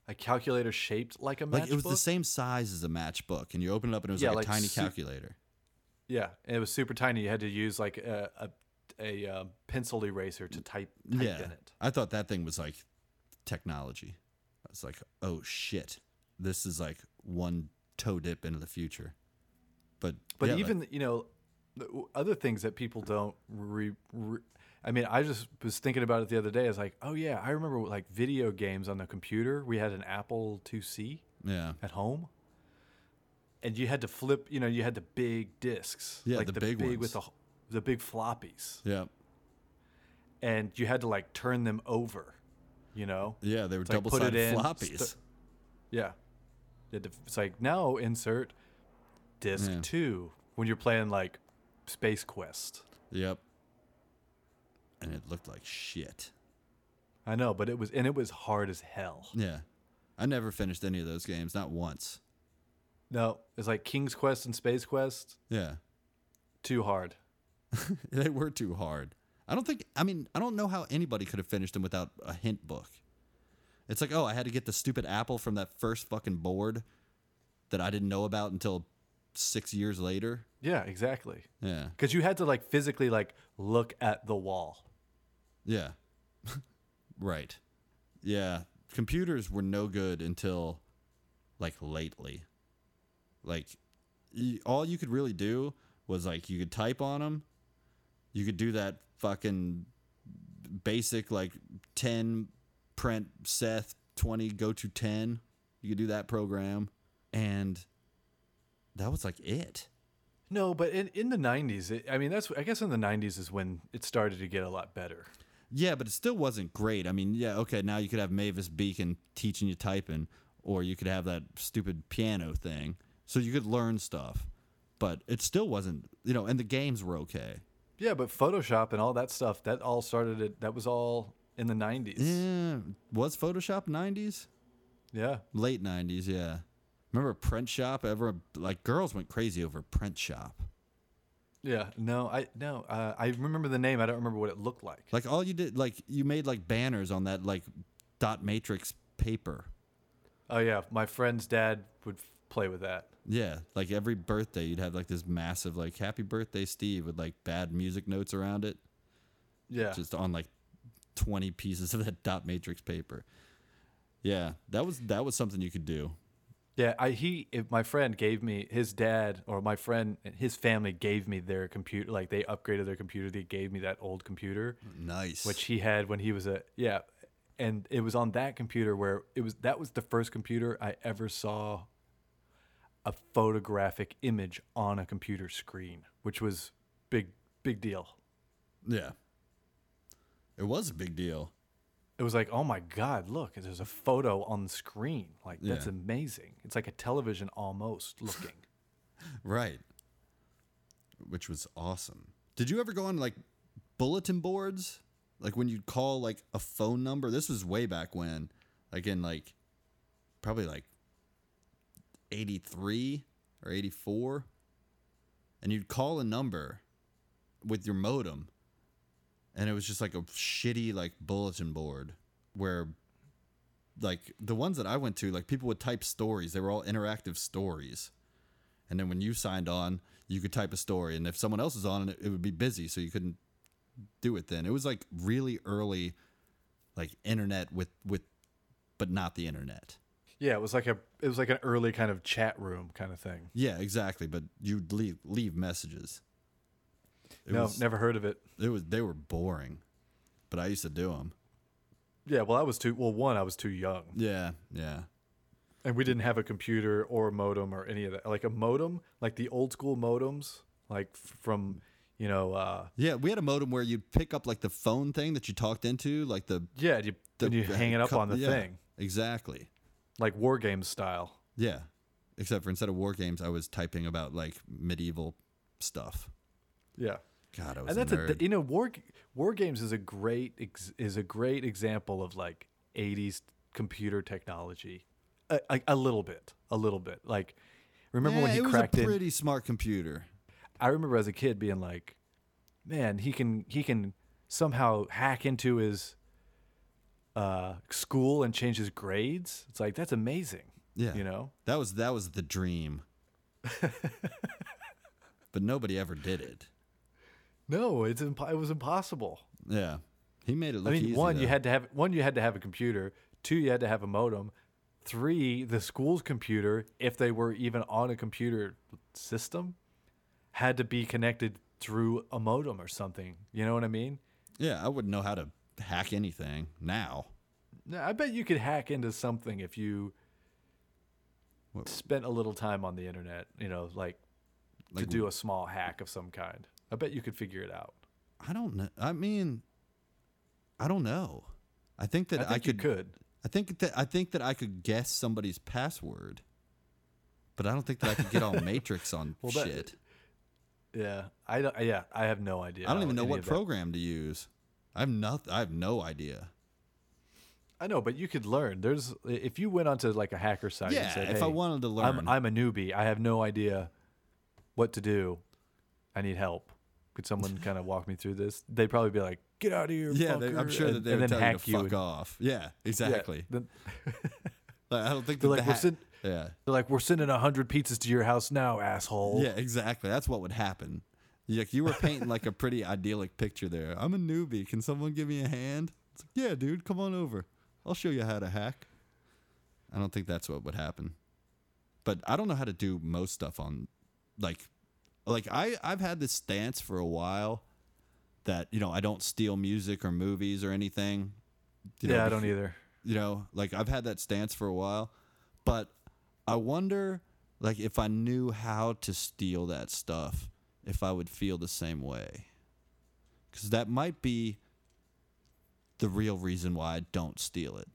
S1: A calculator shaped like a matchbook.
S2: Like it was the same size as a matchbook, and you open it up, and it was
S1: Yeah,
S2: like,
S1: like
S2: a tiny
S1: su-
S2: calculator.
S1: Yeah, and it was super tiny. You had to use like a a, a um, pencil eraser to type, type
S2: Yeah,
S1: in it.
S2: I thought that thing was like technology. I was like, oh shit, this is like one toe dip into the future. But
S1: but
S2: yeah, like-
S1: even you know the- w- other things that people don't re, re i mean i just was thinking about it the other day i was like oh yeah i remember like video games on the computer we had an apple iic
S2: yeah,
S1: at home and you had to flip you know you had the big discs
S2: Yeah,
S1: like
S2: the big
S1: with
S2: ones.
S1: the h- the big floppies
S2: yeah.
S1: and you had to like turn them over you know
S2: Yeah, they were
S1: It's like,
S2: double
S1: put it
S2: sided
S1: in,
S2: floppies.
S1: stu- Yeah. You had to- It's like now insert disc
S2: Yeah.
S1: two when you're playing like Space Quest.
S2: yep. And it looked like shit.
S1: I know, but it was and it was hard as hell.
S2: Yeah. I never finished any of those games, not once.
S1: No, it's like King's Quest and Space Quest,
S2: Yeah.
S1: too hard.
S2: They were too hard. I don't think, I mean, I don't know how anybody could have finished them without a hint book. It's like, oh, I had to get the stupid apple from that first fucking board that I didn't know about until six years later.
S1: Yeah, exactly.
S2: Yeah.
S1: Because you had to like physically like look at the wall.
S2: Yeah. right. Yeah. Computers were no good until like lately. Like y- all you could really do was like you could type on them. You could do that fucking basic like 10 print Seth 20 go to 10. You could do that program and that was like it.
S1: No, but in, in the '90s, it, I mean, that's I guess in the '90s is when it started to get a lot better.
S2: Yeah, but it still wasn't great. I mean, yeah, okay, now you could have Mavis Beacon teaching you typing, or you could have that stupid piano thing. So you could learn stuff. But it still wasn't, you know, and the games were okay.
S1: Yeah, but Photoshop and all that stuff, that all started. At, that was all in the '90s.
S2: Yeah. Was Photoshop 90s?
S1: yeah.
S2: Late 90s, yeah. Remember Print Shop? Ever, like, girls went crazy over Print Shop.
S1: Yeah, no, I no, uh, I remember the name. I don't remember what it looked like.
S2: Like, all you did, like, you made, like, banners on that, like, dot matrix paper.
S1: Oh yeah, my friend's dad would f- play with that.
S2: Yeah, like every birthday, you'd have like this massive like "Happy Birthday, Steve" with like bad music notes around it,
S1: Yeah,
S2: just on like twenty pieces of that dot matrix paper. Yeah, that was that was something you could do.
S1: Yeah, I he if my friend gave me his dad or my friend his family gave me their computer like they upgraded their computer they gave me that old computer
S2: Nice.
S1: which he had when he was a yeah and it was on that computer where it was that was the first computer I ever saw a photographic image on a computer screen which was big big deal.
S2: yeah, it was a big deal.
S1: It was like, "Oh my god, look, there's a photo on the screen." Like that's
S2: Yeah.
S1: amazing. It's like a television almost looking.
S2: Right. Which was awesome. Did you ever go on like bulletin boards? Like when you'd call like a phone number? This was way back when, like in like probably like 83 or 84. And you'd call a number with your modem. And it was just like a shitty like bulletin board where like the ones that I went to, like people would type stories. They were all interactive stories. And then when you signed on, you could type a story. And if someone else was on it, it would be busy. So you couldn't do it then. It was like really early, like internet with, with, but not the internet.
S1: Yeah, it was like a it was like an early kind of chat room kind of thing.
S2: Yeah, exactly. But you'd leave, leave messages. It
S1: no,
S2: was,
S1: never heard of it.
S2: It was, they were boring, but I used to do them.
S1: Yeah, well, I was too well. One, I was too young,
S2: Yeah. Yeah.
S1: and we didn't have a computer or a modem or any of that. Like a modem, like the old school modems, like f- from you know, uh,
S2: Yeah. We had a modem where you'd pick up like the phone thing that you talked into, like the,
S1: yeah, you
S2: the
S1: then you hang it up
S2: co-
S1: on the
S2: yeah,
S1: thing,
S2: Exactly.
S1: like war game style.
S2: Yeah. Except for instead of war games, I was typing about like medieval stuff.
S1: Yeah,
S2: God, I was
S1: and that's
S2: a
S1: a,
S2: nerd.
S1: th- you know, war g- war games is a great ex- is a great example of like '80s computer technology, a, a, a little bit, a little bit. Like, remember when
S2: Yeah,
S1: he
S2: it was
S1: cracked
S2: a
S1: in?
S2: pretty smart computer.
S1: I remember as a kid being like, "Man, he can he can somehow hack into his uh, school and change his grades." It's like that's amazing.
S2: Yeah.
S1: you know.
S2: That was that was the dream. but nobody ever did it.
S1: No, it's impo- it was impossible.
S2: Yeah. He made it
S1: I
S2: look
S1: mean,
S2: easy.
S1: one you
S2: though.
S1: had to have one you had to have a computer. Two, you had to have a modem. Three, the school's computer, if they were even on a computer system, had to be connected through a modem or something. You know what I mean?
S2: Yeah, I wouldn't know how to hack anything now.
S1: No, I bet you could hack into something if you spent a little time on the internet, you know, like,
S2: Like-
S1: to do a small hack of some kind. I bet you could figure it out.
S2: I don't know. I mean, I don't know. I think that
S1: I
S2: I,
S1: think you
S2: could,
S1: could.
S2: I think that I think that I could guess somebody's password. But I don't think that I could get all Matrix on
S1: Well, that-
S2: shit.
S1: Yeah. I don't, yeah, I have no idea.
S2: I don't
S1: how
S2: even know
S1: any
S2: what
S1: of that-
S2: program to use. I've nothing. I have no idea.
S1: I know, but you could learn. There's if you went onto like a hacker site and
S2: Yeah,
S1: said,
S2: if
S1: hey,
S2: I wanted to learn,
S1: I'm, I'm a newbie. I have no idea what to do. I need help. Could someone kind of walk me through this? They'd probably be like, "Get out of here!"
S2: yeah, they, I'm
S1: fucker,"
S2: sure that
S1: and-
S2: they
S1: and
S2: would
S1: then
S2: tell you
S1: hack
S2: to fuck
S1: and-
S2: off. Yeah,
S1: yeah,
S2: exactly.
S1: then-
S2: Like, I don't think
S1: They're
S2: that the
S1: like, "We're
S2: hack-
S1: send-
S2: yeah,
S1: They're like, we're sending a hundred pizzas to your house now, asshole.
S2: yeah, exactly. That's what would happen. You- Like you were painting like a pretty idyllic picture there. I'm a newbie. Can someone give me a hand? It's like, yeah, dude, come on over. I'll show you how to hack. I don't think that's what would happen. But I don't know how to do most stuff on, like, like I I've had this stance for a while that you know I don't steal music or movies or anything. you know,
S1: yeah I
S2: because-
S1: don't either.
S2: you know like i've had that stance for a while but i wonder like if i knew how to steal that stuff if i would feel the same way because that might be the real reason why i don't steal it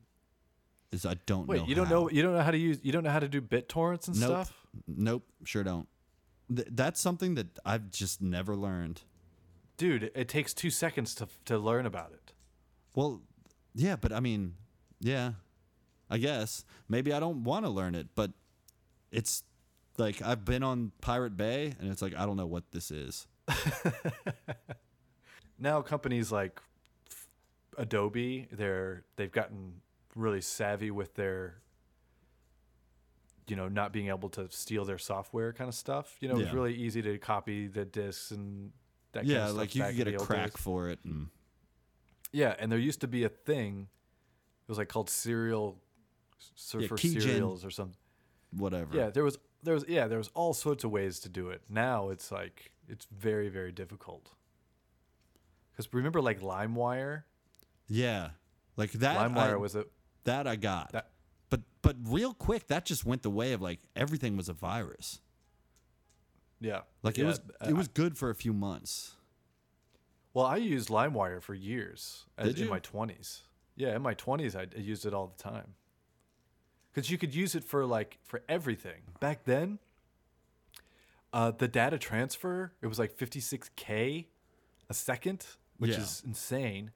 S2: is i don't
S1: Wait,
S2: know
S1: you don't
S2: how.
S1: know you don't know how to use you don't know how to do BitTorrents and
S2: nope
S1: stuff.
S2: nope sure don't Th- that's something that i've just never learned
S1: Dude, it takes two seconds to to learn about it.
S2: Well, yeah, but I mean, yeah, I guess maybe I don't want to learn it, but it's like I've been on Pirate Bay, and it's like I don't know what this is.
S1: Now companies like f- Adobe, they're they've gotten really savvy with their you know not being able to steal their software kind of stuff. You know, it's
S2: Yeah.
S1: really easy to copy the discs and that kind
S2: yeah,
S1: of stuff
S2: like you
S1: back
S2: could
S1: in
S2: get a
S1: the old
S2: crack
S1: days.
S2: for it, and
S1: Yeah, and there used to be a thing. It was like called serial, s-
S2: Yeah,
S1: for
S2: keygen.
S1: serials or something.
S2: whatever.
S1: Yeah, there was there was yeah, there was all sorts of ways to do it. Now it's like it's very very difficult. Cuz remember like LimeWire?
S2: Yeah. Like that I,
S1: LimeWire was a
S2: that I got.
S1: That-
S2: but but real quick that just went the way of like everything was a virus.
S1: yeah.
S2: Like it
S1: Yeah,
S2: was
S1: I-
S2: it was good for a few months.
S1: Well, I used LimeWire for years as,
S2: Did you?
S1: in my 20s. Yeah, in my 20s, I, I used it all the time. Because you could use it for like for everything. Back then, uh, the data transfer it was like 56k a second, which
S2: Yeah.
S1: is insane,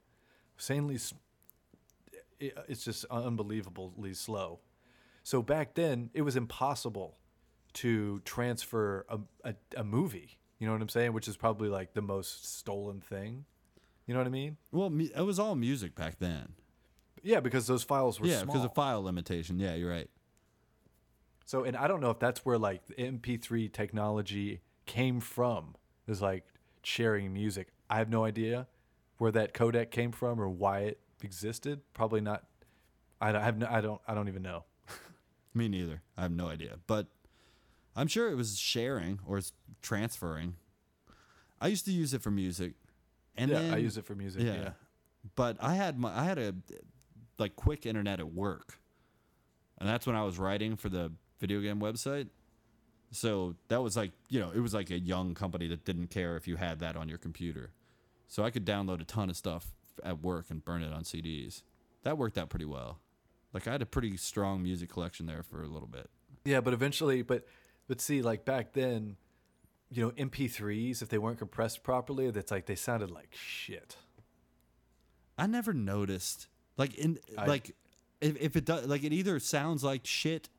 S1: insanely. s- it- It's just unbelievably slow. So back then, it was impossible to transfer a, a, a movie. You know what I'm saying? Which is probably like the most stolen thing. You know what I mean?
S2: Well, mu- it was all music back then.
S1: Yeah, because those files were
S2: yeah,
S1: small.
S2: because of file limitation. Yeah, you're right.
S1: so, and I don't know if that's where like the MP3 technology came from. Is like sharing music. I have no idea where that codec came from or why it existed. Probably not. I don't I have. No, I don't. I don't even know.
S2: Me neither. I have no idea. But I'm sure it was sharing or s- transferring. I used to use it for music. And
S1: yeah, I
S2: then-
S1: use it for music.
S2: Yeah.
S1: yeah.
S2: But I had my I had a like quick internet at work. And that's when I was writing for the video game website. So that was like, you know, it was like a young company that didn't care if you had that on your computer. So I could download a ton of stuff at work and burn it on CDs. That worked out pretty well. Like I had a pretty strong music collection there for a little bit.
S1: Yeah, but eventually, but but see, like back then, you know, MP3s if they weren't compressed properly, that's like they sounded like shit.
S2: I never noticed. Like in
S1: I-
S2: like if, if it does like it either sounds like shit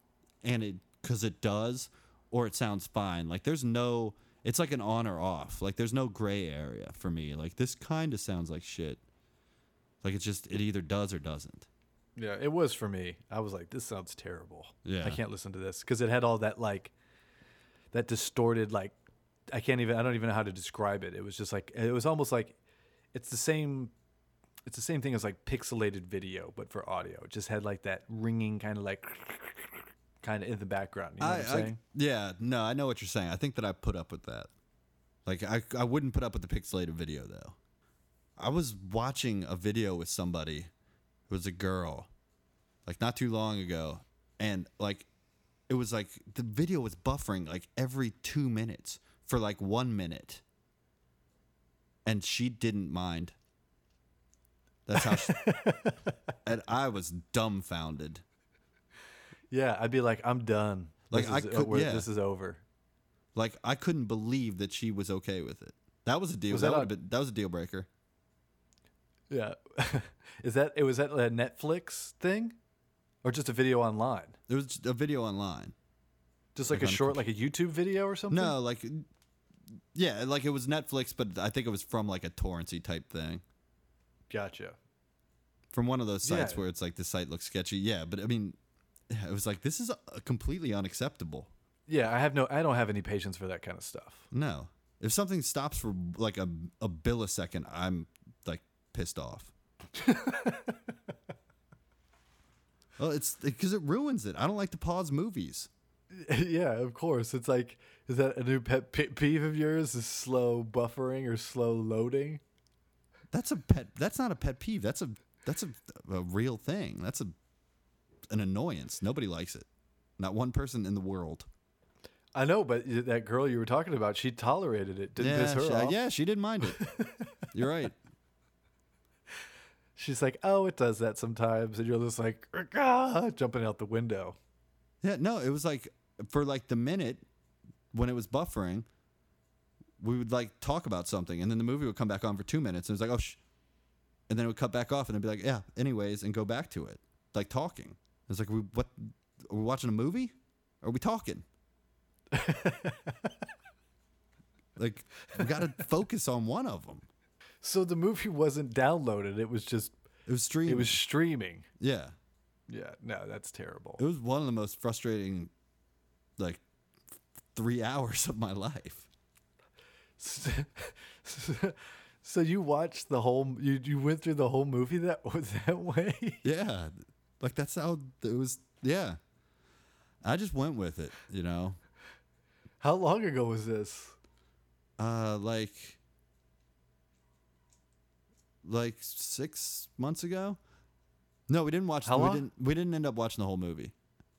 S2: and it cuz it does or it sounds fine. Like there's no it's like an on or off. Like there's no gray area for me. Like this kind of sounds like shit. Like it's just it either does or doesn't.
S1: Yeah, it was for me. I was like, this sounds terrible.
S2: Yeah.
S1: I can't listen to this because it had all that like that distorted like I can't even I don't even know how to describe it. It was just like it was almost like it's the same it's the same thing as like pixelated video but for audio. It just had like that ringing kind of like kind of in the background. You know what I'm saying?
S2: yeah, no, I know what you're saying. I think that I put up with that. Like I I wouldn't put up with the pixelated video though. I was watching a video with somebody. It was a girl. Like not too long ago and like it was like the video was buffering like every 2 minutes for like 1 minute. And she didn't mind. That's how she, and I was dumbfounded.
S1: Yeah, I'd be like, I'm done.
S2: Like,
S1: this
S2: I
S1: is, uh,
S2: could-
S1: we're-
S2: yeah.
S1: this is over.
S2: Like I couldn't believe that she was okay with it. That was a deal.
S1: Was
S2: that
S1: that
S2: would
S1: on-
S2: have been that was a deal breaker.
S1: Yeah, is that it? Was that a Netflix thing, or just a video online?
S2: It was just a video online.
S1: Just like
S2: Like
S1: a
S2: on-
S1: short, like a YouTube video or something.
S2: No, like yeah, like it was Netflix, but I think it was from like a torrency type thing.
S1: gotcha.
S2: From one of those sites
S1: Yeah.
S2: where it's like this site looks sketchy. Yeah, but I mean yeah, it was like this is uh completely unacceptable.
S1: Yeah, I have no, I don't have any patience for that kind of stuff.
S2: No. If something stops for like a a millisecond, I'm like pissed off. well, it's because it ruins it. I don't like to pause movies.
S1: yeah, of course. It's like, is that a new pet pe- peeve of yours? Is slow buffering or slow loading?
S2: That's a pet. That's not a pet peeve. That's a that's a, a real thing. That's a an annoyance. Nobody likes it. Not one person in the world.
S1: I know, but y- that girl you were talking about, she tolerated it. Didn't piss her
S2: she,
S1: off.
S2: yeah, she didn't mind it. You're right.
S1: She's like, oh, it does that sometimes, and you're just like, "Ah," jumping out the window.
S2: Yeah, no, it was like for like the minute when it was buffering, we would like talk about something, and then the movie would come back on for two minutes, and it was like, oh, sh-. and then it would cut back off, and it'd be like, yeah, anyways, and go back to it, like talking. It was like, we what? Are we watching a movie? Are we talking? like, we got to focus on one of them.
S1: So the movie wasn't downloaded. It was just
S2: It was streaming.
S1: it was streaming.
S2: yeah.
S1: Yeah, no, that's terrible.
S2: It was one of the most frustrating, like, three hours of my life.
S1: so you watched the whole you you went through the whole movie that was that way.
S2: Yeah. Like that's how it was yeah. I just went with it, you know.
S1: How long ago was this?
S2: Uh, like, like six months ago. No, we didn't watch.
S1: How
S2: we
S1: long?
S2: didn't. We didn't end up watching the whole movie.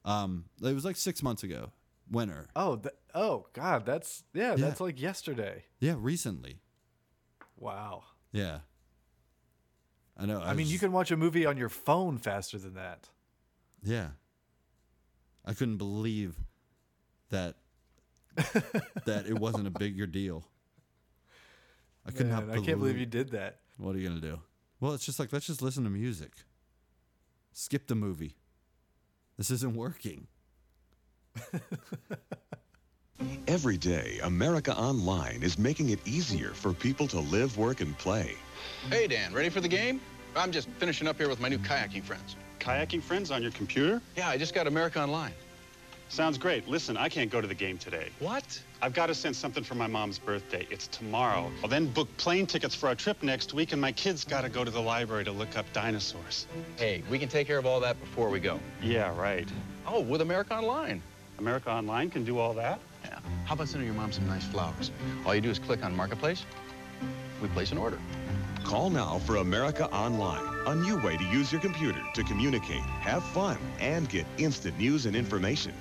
S2: Um, it was like six months ago. Winter.
S1: Oh, th- oh God, that's yeah,
S2: Yeah.
S1: that's like yesterday.
S2: Yeah, recently.
S1: Wow.
S2: Yeah. I know.
S1: I mean,
S2: was
S1: you
S2: just-
S1: can watch a movie on your phone faster than that.
S2: Yeah. I couldn't believe that that it wasn't a bigger deal. I could not
S1: Man, I
S2: believe,
S1: can't believe you did that.
S2: What are you gonna do? Well, it's just like let's just listen to music. Skip the movie. This isn't working.
S6: Every day, America Online is making it easier for people to live, work, and play.
S7: Hey, Dan, ready for the game? I'm just finishing up here with my new kayaking friends.
S8: Kayaking friends on your computer?
S7: Yeah, I just got America Online.
S8: Sounds great. Listen, I can't go to the game today.
S7: What?
S8: I've got to send something for my mom's birthday. It's tomorrow. I'll then book plane tickets for our trip next week, and my kids got to go to the library to look up dinosaurs.
S7: Hey, we can take care of all that before we go.
S8: Yeah, right.
S7: Oh, with America Online.
S8: America Online can do all that?
S7: Yeah. How about sending your mom some nice flowers? All you do is click on Marketplace. We place an order.
S6: Call now for America Online, a new way to use your computer to communicate, have fun, and get instant news and information.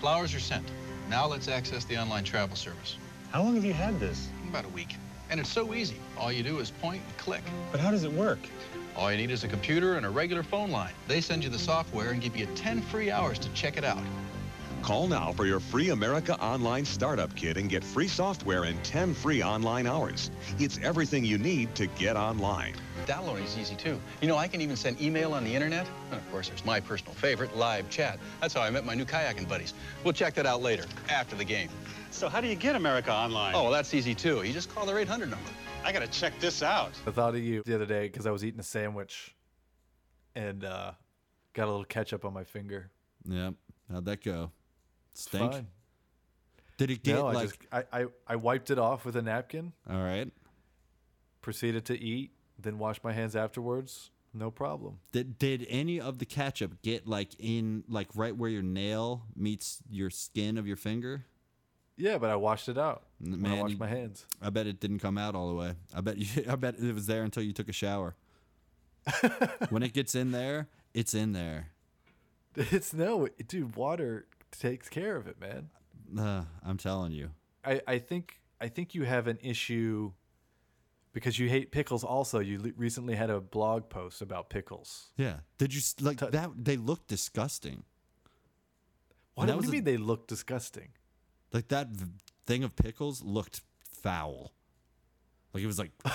S7: Flowers are sent. Now let's access the online travel service.
S8: How long have you had this?
S7: About a week. And it's so easy. All you do is point and click.
S8: But how does it work?
S7: All you need is a computer and a regular phone line. They send you the software and give you 10 free hours to check it out.
S6: Call now for your free America Online Startup Kit and get free software and 10 free online hours. It's everything you need to get online.
S7: Downloading is easy too. You know, I can even send email on the internet. And of course, there's my personal favorite, live chat. That's how I met my new kayaking buddies. We'll check that out later, after the game.
S8: So, how do you get America Online?
S7: Oh, well, that's easy too. You just call their 800 number.
S8: I got to check this out.
S1: I thought of you the other day because I was eating a sandwich, and uh, got a little ketchup on my finger.
S2: Yep. How'd that go? Stink.
S1: Fine.
S2: Did it get
S1: No, I
S2: like
S1: just I, I I wiped it off with a napkin,
S2: all right?
S1: proceeded to eat, then washed my hands afterwards. No problem.
S2: Did did any of the ketchup get like in like right where your nail meets your skin of your finger?
S1: Yeah, but I washed it out
S2: N-
S1: when I
S2: man,
S1: washed
S2: you-
S1: my hands.
S2: I bet it didn't come out all the way. I bet you, I bet it was there until you took a shower. when it gets in there, it's in there.
S1: It's no, dude. Water takes care of it, man.
S2: Uh, I'm telling you.
S1: I, I think I think you have an issue because you hate pickles. Also, you le- recently had a blog post about pickles.
S2: Yeah. Did you s- like that? They look disgusting.
S1: What,
S2: that
S1: what do
S2: was
S1: you
S2: a-
S1: mean they look disgusting?
S2: Like that v- thing of pickles looked foul. Like it was like, uh,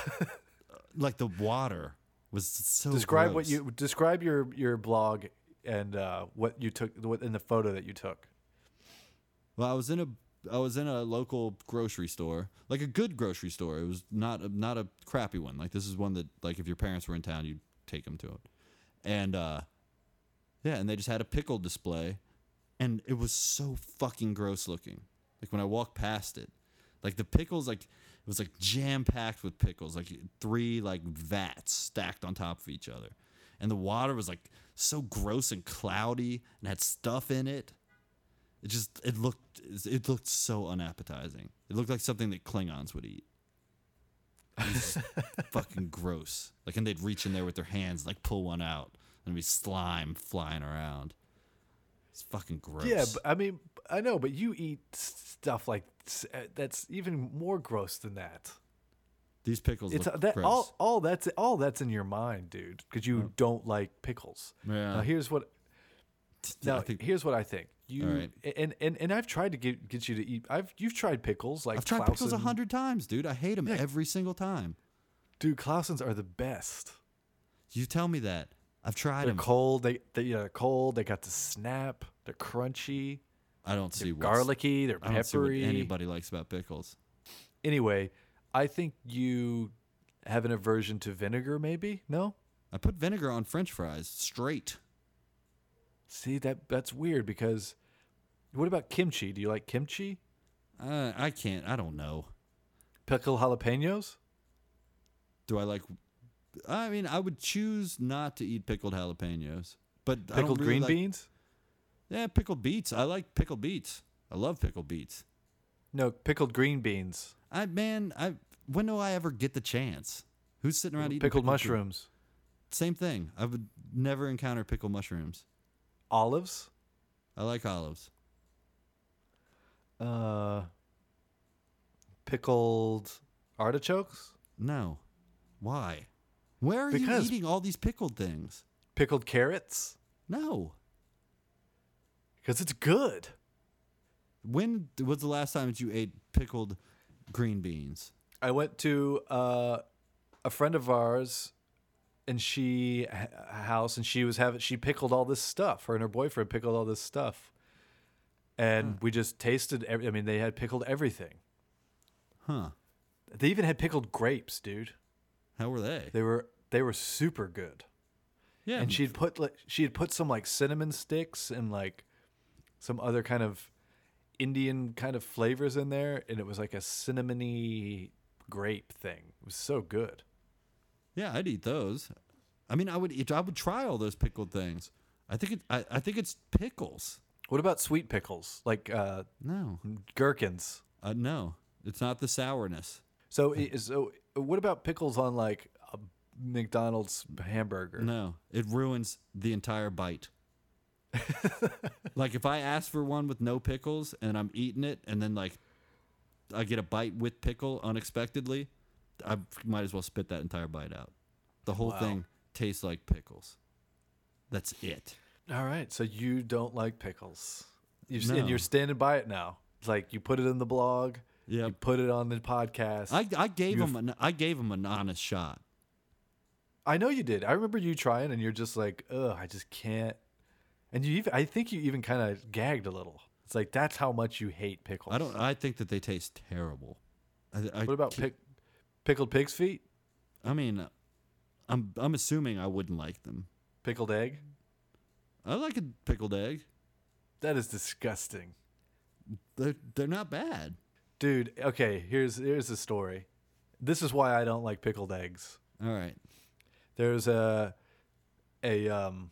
S2: like the water was so.
S1: Describe what
S2: gross.
S1: you describe your your blog and uh, what you took what in the photo that you took.
S2: Well, I was in a I was in a local grocery store, like a good grocery store. It was not a, not a crappy one. Like this is one that like if your parents were in town, you'd take them to it. And uh yeah, and they just had a pickle display and it was so fucking gross looking. Like when I walked past it, like the pickles like it was like jam packed with pickles, like three like vats stacked on top of each other. And the water was like so gross and cloudy and had stuff in it. It just it looked it looked so unappetizing. It looked like something that Klingons would eat. It was just fucking gross. Like and they'd reach in there with their hands, and, like pull one out, and it'd be slime flying around. It's fucking gross.
S1: Yeah, but, I mean I know, but you eat s- stuff like s- uh, that's even more gross than that.
S2: these pickles
S1: It's uh,
S2: look
S1: that
S2: gross.
S1: all all that's all that's in your mind, dude, because you don't like pickles.
S2: Yeah.
S1: Now here's what Now,
S2: I think-
S1: here's what I think. You
S2: All right.
S1: and, and and I've tried to get get you to eat. I've you've tried pickles like
S2: I've tried pickles a
S1: Clausen.
S2: hundred times, dude. I hate them every single time.
S1: Dude, Clausens are the best.
S2: You tell me that. I've tried
S1: They're
S2: them.
S1: cold. They they yeah, they're cold. They got the snap. They're crunchy,
S2: I don't see what's-
S1: garlicky. They're
S2: I don't see what
S1: peppery.
S2: anybody likes about pickles.
S1: Anyway, I think you have an aversion to vinegar. Maybe no.
S2: I put vinegar on French fries straight.
S1: See that that's weird because. What about kimchi? Do you like kimchi?
S2: Uh, I can't. I don't know.
S1: Pickle jalapenos?
S2: Do I like? I mean, I would choose not to eat pickled jalapenos, but I don't
S1: Pickled
S2: really
S1: green
S2: like-
S1: beans?
S2: Yeah, pickled beets. I like pickled beets. I love pickled beets.
S1: No, pickled green beans,
S2: I man, I when do I ever get the chance? Who's sitting around eating
S1: pickled,
S2: green-
S1: mushrooms,
S2: Same thing. I would never encounter pickled mushrooms.
S1: olives.
S2: I like olives.
S1: Uh, pickled artichokes,
S2: No. Why? Where are
S1: Because-
S2: you eating all these pickled things?
S1: pickled carrots,
S2: No.
S1: because it's good.
S2: When was the last time that you ate pickled green beans?
S1: I went to uh, a friend of ours, and she h- house, and she was having she pickled all this stuff. Her and her boyfriend pickled all this stuff, and
S2: Hmm.
S1: we just tasted. Every, I mean, they had pickled everything.
S2: Huh.
S1: They even had pickled grapes, dude.
S2: How were they?
S1: They were they were super good.
S2: yeah.
S1: and she'd put like she had put some like cinnamon sticks and like some other kind of Indian kind of flavors in there, and it was like a cinnamony grape thing. It was so good.
S2: Yeah, I'd eat those. I mean, I would eat, I would try all those pickled things. I think it I, I think it's pickles.
S1: What about sweet pickles, like uh,
S2: No.
S1: gherkins?
S2: Uh, no. It's not the sourness.
S1: So,
S2: Hmm.
S1: i- so what about pickles on like a McDonald's hamburger?
S2: No, it ruins the entire bite. like if I ask for one with no pickles and I'm eating it, and then like I get a bite with pickle unexpectedly, I might as well spit that entire bite out. The whole thing tastes like pickles. That's it.
S1: All right, so you don't like pickles. You s
S2: No.
S1: and you're standing by it now. It's like you put it in the blog.
S2: Yep.
S1: You put it on the podcast.
S2: I I gave
S1: You've-
S2: him an I gave him an honest shot.
S1: I know you did. I remember you trying, and you're just like, "Ugh, I just can't." And you, even, I think you even kind of gagged a little. It's like that's how much you hate pickles.
S2: I don't. I think that they taste terrible. I, I
S1: What about
S2: ca-
S1: pick, pickled pig's feet,
S2: I mean, I'm I'm assuming I wouldn't like them.
S1: pickled egg?
S2: I like a pickled egg.
S1: That is disgusting,
S2: They're they're not bad.
S1: dude. Okay, here's here's the story. This is why I don't like pickled eggs.
S2: All right.
S1: There's a a um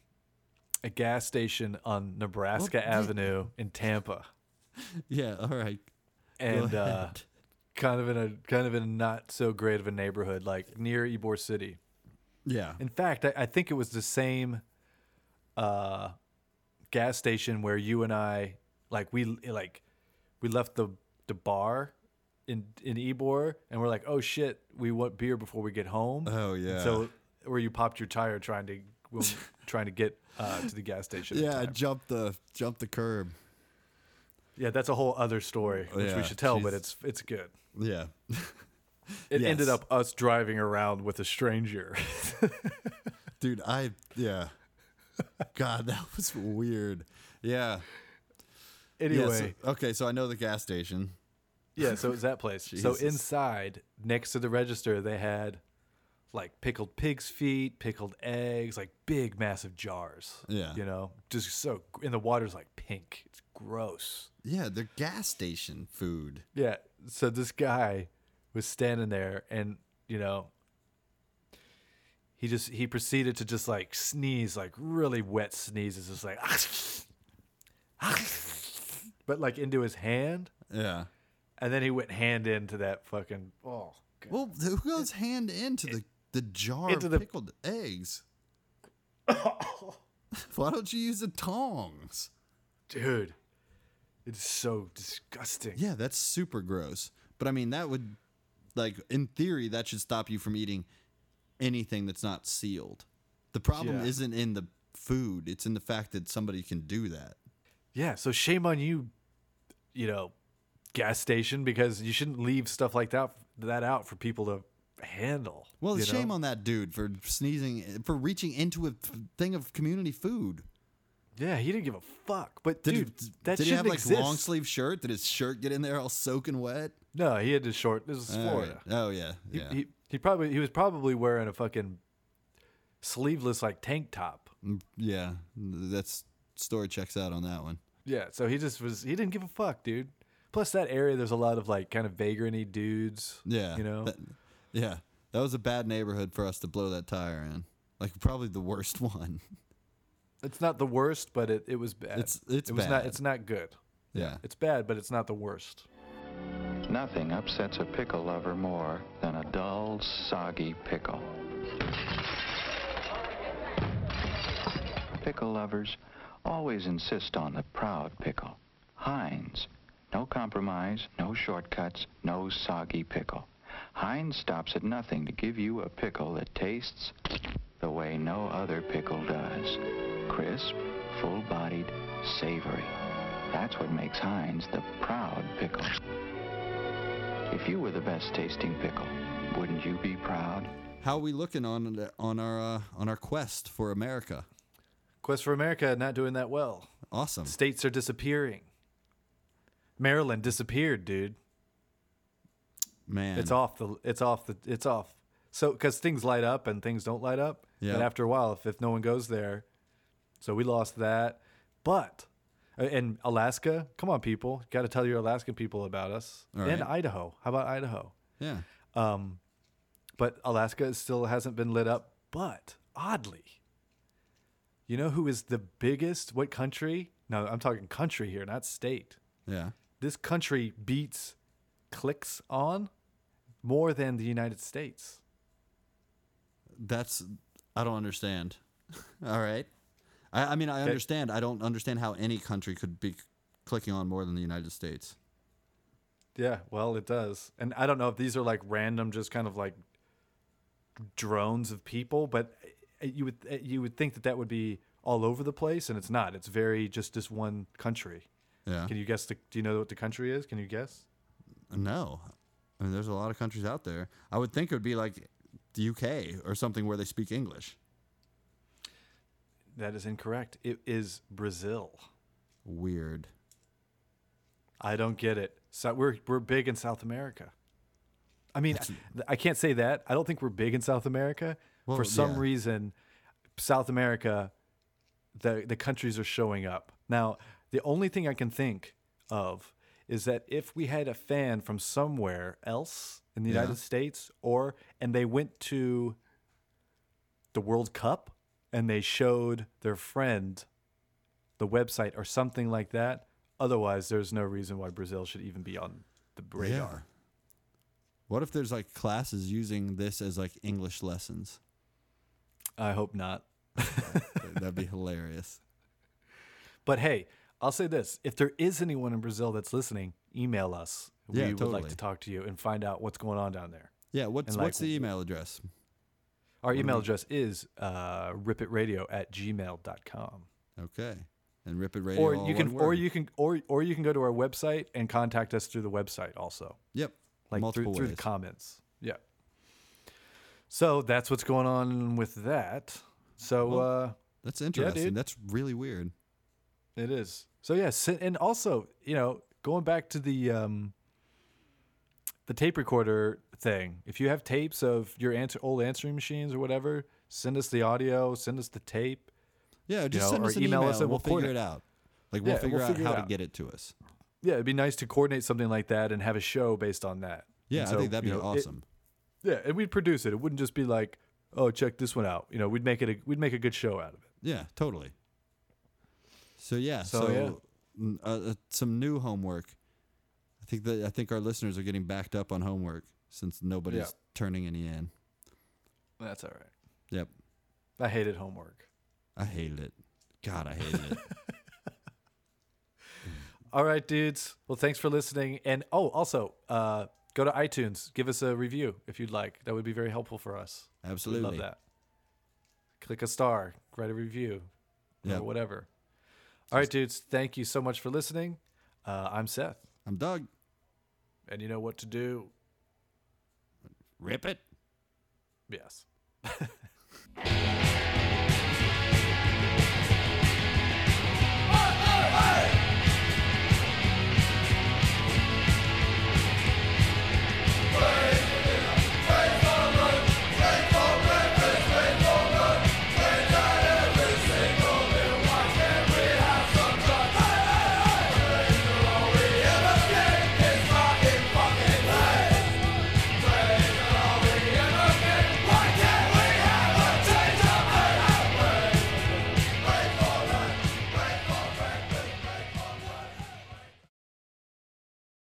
S1: a gas station on Nebraska Avenue in Tampa,
S2: Yeah. All right. Go
S1: and uh,
S2: ahead.
S1: kind of in a kind of in a not so great of a neighborhood, like near Ybor City.
S2: yeah.
S1: In fact, I, I think it was the same uh, gas station where you and I like we like we left the the bar in in Ebor and we're like, oh shit, we want beer before we get home.
S2: Oh,
S1: And
S2: yeah.
S1: so where you popped your tire trying to when- trying to get uh, to the gas station. in
S2: yeah.
S1: time.
S2: Jump the jump the curb.
S1: yeah. That's a whole other story which
S2: Yeah,
S1: we should tell, but
S2: jeez.
S1: it's it's good.
S2: Yeah.
S1: It
S2: Yes.
S1: ended up us driving around with a stranger.
S2: Dude, I yeah. God, that was weird. Yeah.
S1: anyway.
S2: Yeah, so- okay, so I know the gas station.
S1: Yeah, so it was that place. so
S2: Jesus.
S1: inside, next to the register, they had like pickled pig's feet, pickled eggs, like big, massive jars.
S2: Yeah.
S1: You know, just so, and the water's like pink. It's gross.
S2: Yeah, the gas station food.
S1: Yeah. So this guy was standing there and, you know, he just, he proceeded to just like sneeze, like really wet sneezes, just like, but like into his hand.
S2: Yeah.
S1: And then he went hand into that fucking, oh, God.
S2: Well, who goes hand into the the jar
S1: into
S2: of
S1: the-
S2: pickled eggs? Why don't you use the tongs?
S1: dude it's so disgusting
S2: Yeah, that's super gross. But I mean, that would, like, in theory, that should stop you from eating anything that's not sealed. The problem
S1: Yeah.
S2: isn't in the food, it's in the fact that somebody can do that.
S1: yeah so shame on you you know gas station because you shouldn't leave stuff like that that out for people to handle
S2: Well,
S1: you
S2: shame
S1: know?
S2: on that dude for sneezing, for reaching into a f- thing of community food.
S1: yeah he didn't give a fuck but
S2: Did
S1: dude
S2: he,
S1: that shouldn't
S2: did he have like
S1: exist
S2: long sleeve shirt? Did his shirt get in there all soaking wet?
S1: no he had his short this is
S2: All right.
S1: florida
S2: Oh yeah, yeah,
S1: he, he probably he was probably wearing a fucking sleeveless like tank top
S2: yeah. That's story checks out on that one.
S1: Yeah, so he just was he didn't give a fuck, dude. Plus that area there's a lot of like kind of vagranty dudes.
S2: Yeah.
S1: You know?
S2: that- yeah. That was a bad neighborhood for us to blow that tire in. Like probably the worst one.
S1: It's not the worst, but it, it was bad.
S2: It's- it's
S1: it was not
S2: bad.
S1: it's not good.
S2: Yeah.
S1: It's bad, but it's not the worst.
S9: Nothing upsets a pickle lover more than a dull, soggy pickle. Pickle lovers always insist on the proud pickle. Heinz. No compromise, no shortcuts, no soggy pickle. Heinz stops at nothing to give you a pickle that tastes the way no other pickle does. Crisp, full-bodied, savory. That's what makes Heinz the proud pickle. If you were the best tasting pickle, wouldn't you be proud?
S2: How we looking on the- on our uh, on our quest for America?
S1: Quest for America not doing that well.
S2: Awesome.
S1: States are disappearing. Maryland disappeared, dude.
S2: Man.
S1: It's off the it's off the it's off. So cuz things light up and things don't light up.
S2: Yeah.
S1: And after a while if, if no one goes there. So we lost that. But uh, and Alaska, come on people, got to tell your Alaskan people about us.
S2: All
S1: And
S2: right.
S1: Idaho. How about Idaho?
S2: Yeah.
S1: But Alaska is- still hasn't been lit up. But oddly, you know who is the biggest? What country? No, I'm talking country here, not state.
S2: Yeah.
S1: This country beats clicks on more than the United States.
S2: That's I don't understand. All right. I, I mean I understand. I don't understand how any country could be clicking on more than the United States.
S1: Yeah, well, it does. And I don't know if these are like random, just kind of like drones of people, but uh, you would uh, you would think that that would be all over the place, and it's not. It's very just this one country.
S2: Yeah.
S1: Can you guess? The, do you know what the country is? Can you guess?
S2: No. I mean there's a lot of countries out there. I would think it would be like the UK or something where they speak English.
S1: That is incorrect. It is Brazil.
S2: Weird.
S1: I don't get it. So we're we're big in South America. I mean, I, I can't say that. I don't think we're big in South America.
S2: Well,
S1: For some
S2: yeah.
S1: reason, South America, the the countries are showing up now. The only thing I can think of is that if we had a fan from somewhere else in the
S2: Yeah.
S1: United States, or and they went to the World Cup and they showed their friend the website or something like that. Otherwise, there's no reason why Brazil should even be on the
S2: Yeah.
S1: radar.
S2: What if there's like classes using this as like English lessons?
S1: I hope not.
S2: That'd be hilarious.
S1: But hey, I'll say this if there is anyone in Brazil that's listening, email us. We
S2: Yeah,
S1: would like
S2: totally.
S1: to talk to you and find out what's going on down there.
S2: Yeah, what's
S1: And, like,
S2: what's the email address?
S1: Our
S2: Mm-hmm.
S1: email address is uh, ripitradio at gmail.com.
S2: Okay. And Rip It Radio.
S1: Or
S2: all
S1: you can
S2: one
S1: or
S2: word.
S1: you can or or you can go to our website and contact us through the website also.
S2: Yep.
S1: like
S2: Multiple
S1: through, through the
S2: ways.
S1: comments. Yeah. So that's what's going on with that. So uh,
S2: That's interesting.
S1: dude.
S2: That's really weird.
S1: it is. So yeah, si- and also you know going back to the um, the tape recorder thing. If you have tapes of your answer, old answering machines or whatever, send us the audio. Send us the tape.
S2: Yeah, just
S1: know,
S2: send
S1: or
S2: us an
S1: email
S2: email,
S1: us
S2: and
S1: and we'll
S2: we'll figure
S1: coordinate.
S2: it out. Like we'll
S1: Yeah,
S2: figure
S1: we'll
S2: out
S1: figure it
S2: how to
S1: out.
S2: get it to us.
S1: Yeah, it'd be nice to coordinate something like that and have a show based on that.
S2: Yeah,
S1: And
S2: I
S1: so,
S2: think that'd be
S1: you know, it-
S2: awesome.
S1: yeah, and we'd produce it. It wouldn't just be like, oh, check this one out. You know, we'd make it. A, we'd make a good show out of it.
S2: yeah, totally. So yeah, so,
S1: So, yeah.
S2: n- Uh, uh, some new homework. I think that I think our listeners are getting backed up on homework since nobody's turning any in.
S1: That's all right.
S2: Yep,
S1: I hated homework.
S2: I hated it. God, I hated it.
S1: All right, dudes. Well, thanks for listening. And oh, also, uh, go to iTunes. Give us a review if you'd like. That would be very helpful for us. We'd love
S2: Absolutely.
S1: that. Click a star, write a review,
S2: Yeah.
S1: or whatever. All right, dudes. Thank you so much for listening. Uh, I'm Seth,
S2: I'm Doug.
S1: and you know what to do.
S2: Rip it.
S1: Yes.